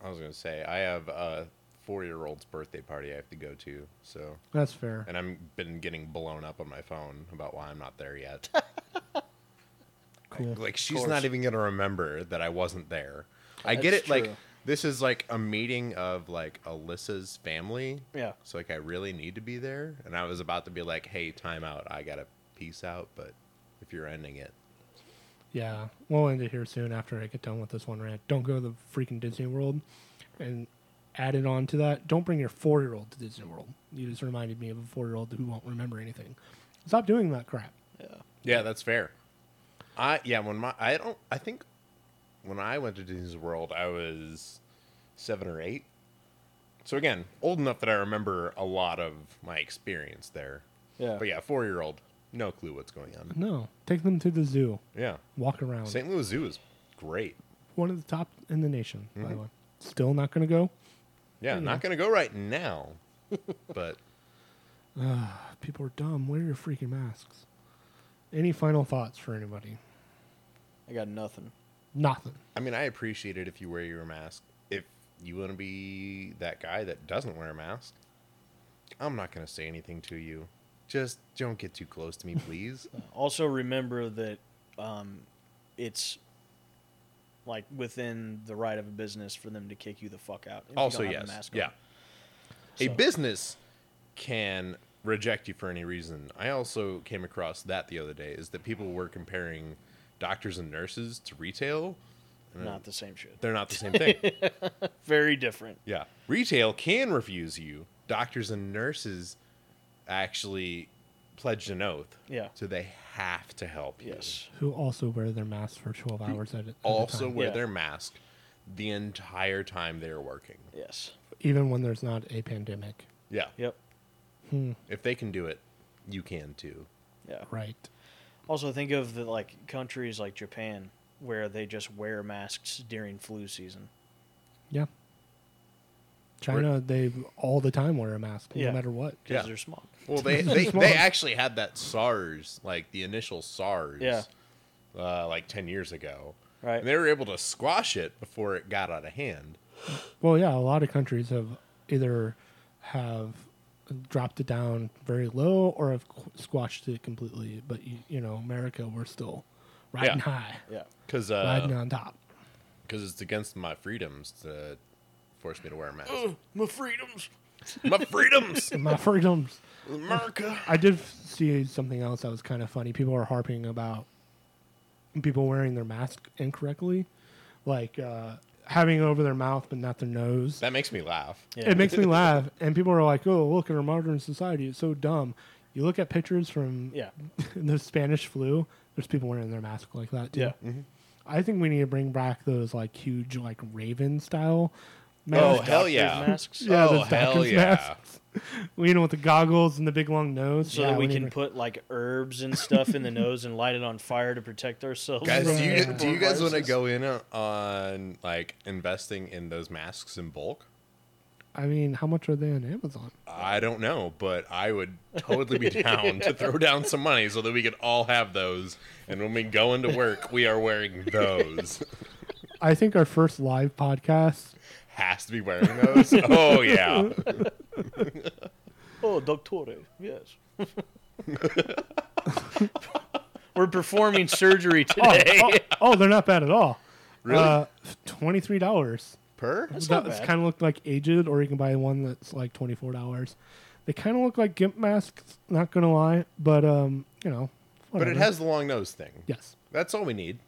C: I was gonna say I have a four-year-old's birthday party I have to go to, so
A: that's fair.
C: and I'm been getting blown up on my phone about why I'm not there yet.
A: Cool.
C: Like she's
B: course.
C: not even gonna remember that I wasn't there. I get it.
B: That's
C: Like
B: true.
C: this is like a meeting of like Alyssa's family,
B: Yeah.
C: so like I really need to be there. And I was about to be like, "Hey, time out. I gotta peace out." But if you're ending it,
A: Yeah, we'll end it here soon after I get done with this one rant. Don't go to the freaking Disney World. And added on to that, don't bring your four year old to Disney World. You just reminded me of a four year old who won't remember anything. Stop doing that crap.
C: Yeah, that's fair. I yeah, when my I don't I think when I went to Disney's World, I was seven or eight. So again, old enough that I remember a lot of my experience there.
B: Yeah.
C: But yeah, four year old, no clue what's going on.
A: No, take them to the zoo,
C: Yeah,
A: walk around.
C: St. Louis Zoo is great.
A: One of the top in the nation, by
C: Mm-hmm.
A: the way. Still not going to go.
C: Yeah, not gonna go right now, but
A: People are dumb. Wear your freaking masks. Any final thoughts for anybody?
B: I got nothing.
A: Nothing.
C: I mean, I appreciate it if you wear your mask. If you want to be that guy that doesn't wear a mask, I'm not going to say anything to you. Just don't get too close to me, please.
B: Also remember that um, it's like within the right of a business for them to kick you the fuck out. if you
C: also,
B: don't have a
C: yes.
B: mask on.
C: yeah. A
B: So-
C: business can reject you for any reason. I also came across that the other day is that people were comparing doctors and nurses to retail And
B: Not the same shit.
C: They're not the same thing.
B: Very different.
C: Yeah. Retail can refuse you. Doctors and nurses actually pledged an oath.
B: Yeah.
C: So they have to help you.
B: Yes.
A: Who also wear their masks for 12 hours at, at a
C: Also
A: time,
C: wear
B: Yeah.
C: their mask the entire time they're working.
B: Yes.
A: even when there's not a pandemic.
C: Yeah.
B: Yep.
C: If they can do it, you can too.
B: Yeah.
A: Right.
B: Also, think of the like countries like Japan where they just wear masks during flu season.
A: Yeah. China, they all the time wear a mask,
B: Yeah.
A: no matter what.
C: Yeah.
B: because they're small.
C: Well, they, they, they actually had that SARS, like the initial SARS,
B: Yeah.
C: uh, like 10 years ago.
B: Right.
C: And they were able to squash it before it got out of hand.
A: Well, yeah, a lot of countries have either have dropped it down very low or have qu- squashed it completely. But you, you know, America, we're still riding
C: Yeah. Uh,
A: high,
B: Yeah.
C: Because
A: riding on top.
C: it's against my freedoms to force me to wear a mask.
B: My freedoms.
C: my freedoms,
A: My freedoms.
C: America.
A: I did f- see something else that was kind of funny. People are harping about people wearing their mask incorrectly, like uh, having it over their mouth but not their nose.
C: That makes me laugh.
B: Yeah.
A: It makes me laugh, and people are like, "Oh, look at our modern society; it's so dumb." You look at pictures from
B: Yeah.
A: the Spanish flu. There's people wearing their mask like that too. Mm-hmm.
B: Yeah.
A: I think we need to bring back those like huge, like raven style.
C: Oh
A: masks.
C: hell
B: doctor's
C: yeah!
B: masks?
A: Yeah,
C: oh
A: those
C: hell
A: doctor's
C: yeah!
A: masks. you know, with the goggles and the big long nose.
B: So
A: Yeah,
B: that we
A: need
B: can
A: to-
B: put like herbs and stuff in the nose and light it on fire to protect ourselves.
C: Guys,
B: from
C: do you,
B: airborne
C: do you guys want to
B: viruses.
C: go in on like investing in those masks in bulk?
A: I mean, how much are they on Amazon?
C: I don't know, but I would totally be down to throw down some money so that we could all have those. And when we go into work, we are wearing those.
A: I think our first live podcast.
C: Has to be wearing those. Oh yeah.
B: Oh, doctore, yes. We're performing surgery
A: Oh,
B: today.
A: oh, oh, they're not bad at all.
C: Really?
A: Uh, Twenty three dollars.
C: Per?
B: That's not
A: That's
B: bad.
A: kind of look like aged, or you can buy one that's like twenty four dollars. They kind of look like gimp masks. Not gonna lie, but um, you know,
C: But it
A: whatever.
C: has the long nose thing.
A: yes.
C: That's all we need.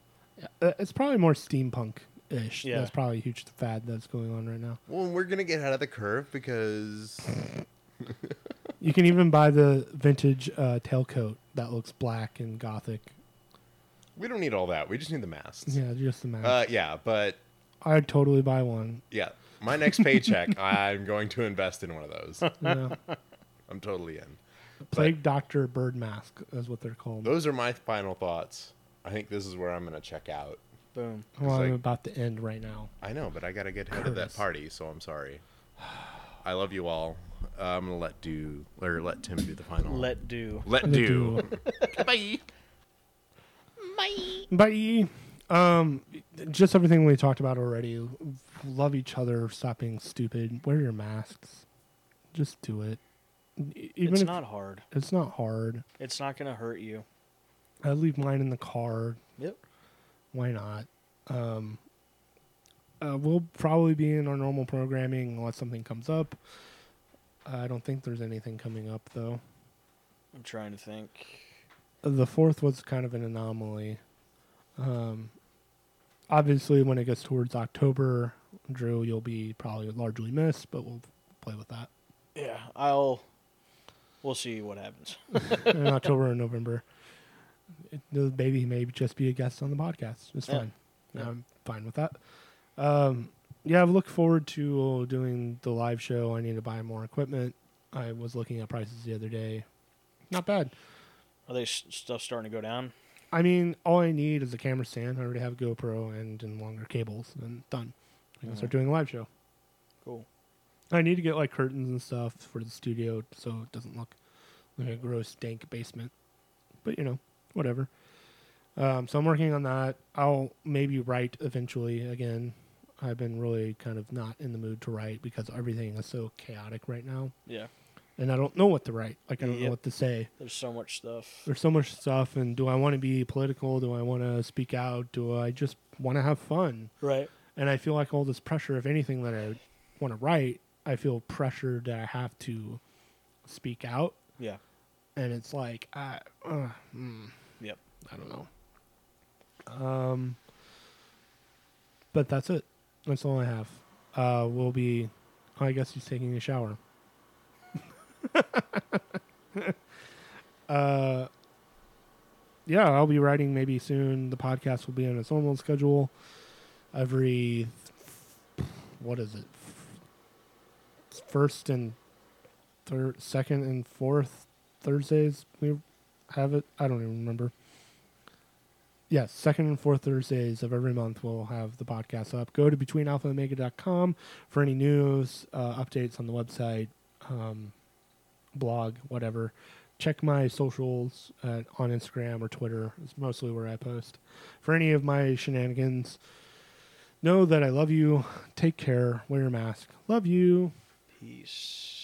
A: Uh, it's probably more steampunk ish.
B: Yeah.
A: That's probably a huge fad that's going on right now.
C: Well, we're gonna get out of the curve because
A: You can even buy the vintage uh, tailcoat that looks black and gothic.
C: we don't need all that. We just need the masks.
A: Yeah, just the mask.
C: Uh, yeah, but
A: I'd totally buy one.
C: yeah, my next paycheck, I'm going to invest in one of those.
A: Yeah.
C: I'm totally in.
A: Plague Doctor Bird Mask is what they're called.
C: Those are my final thoughts. I think this is where I'm gonna check out.
B: Boom.
A: Well,
C: like-
A: I'm about to end right now.
C: I know, but I gotta get ahead of that
A: Curse.
C: party, so I'm sorry. I love you all. Uh, I'm gonna let do or let Tim do the final.
B: Let do.
C: let do. Bye.
A: Bye. Um, just everything we talked about already. Love each other. Stop being stupid. Wear your masks. Just do it. E- Even
B: it's
A: if
B: not hard.
A: it's not hard.
B: It's not going to hurt you.
A: I leave mine in the car.
B: Yep.
A: Why not? Um, uh, we'll probably be in our normal programming unless something comes up. I don't think there's anything coming up though.
B: I'm trying to think.
A: the fourth was kind of an anomaly. Um, obviously, when it gets towards October, Drew, you'll be probably largely missed, but we'll play with that
B: Yeah, I'll. We'll see what happens.
A: in October and November. It, the baby may just be a guest on the podcast. It's
B: Yeah.
A: fine.
B: Yeah.
A: I'm fine with that. Um, yeah, I've looked forward to doing the live show. I need to buy more equipment. I was looking at prices the other day. Not bad.
B: Are they s- stuff starting to go down?
A: I mean, all I need is a camera stand. I already have a GoPro and, and longer cables, and done. I can start doing a live show.
B: Cool.
A: I need to get like curtains and stuff for the studio so it doesn't look like a gross, dank basement. But you know, whatever. Um, so I'm working on that. I'll maybe write eventually again. I've been really kind of not in the mood to write because everything is so chaotic right now,
B: Yeah.
A: and I don't know what to write. Like I don't know
B: Yep.
A: what to say
B: There's so much stuff.
A: there's so much stuff and do i want to be political do i want to speak out do i just want to have fun
B: Right.
A: and i feel like all this pressure if anything that i want to write i feel pressured that i have to speak out
B: Yeah.
A: and it's like i uh, mm,
B: Yep.
A: i don't know um But that's it. That's all I have. Uh, we'll be. I guess he's taking a shower. uh, yeah, I'll be writing maybe soon. The podcast will be on its normal schedule. Every what is it? First and third, second and fourth Thursdays. We have it. I don't even remember. Yes, second and fourth Thursdays of every month we'll have the podcast up. Go to betweenalphaandomega.com for any news, uh, updates on the website, um, blog, whatever. Check my socials uh, on Instagram or Twitter. It's mostly where I post. For any of my shenanigans, know that I love you. Take care. Wear your mask. Love you.
B: Peace.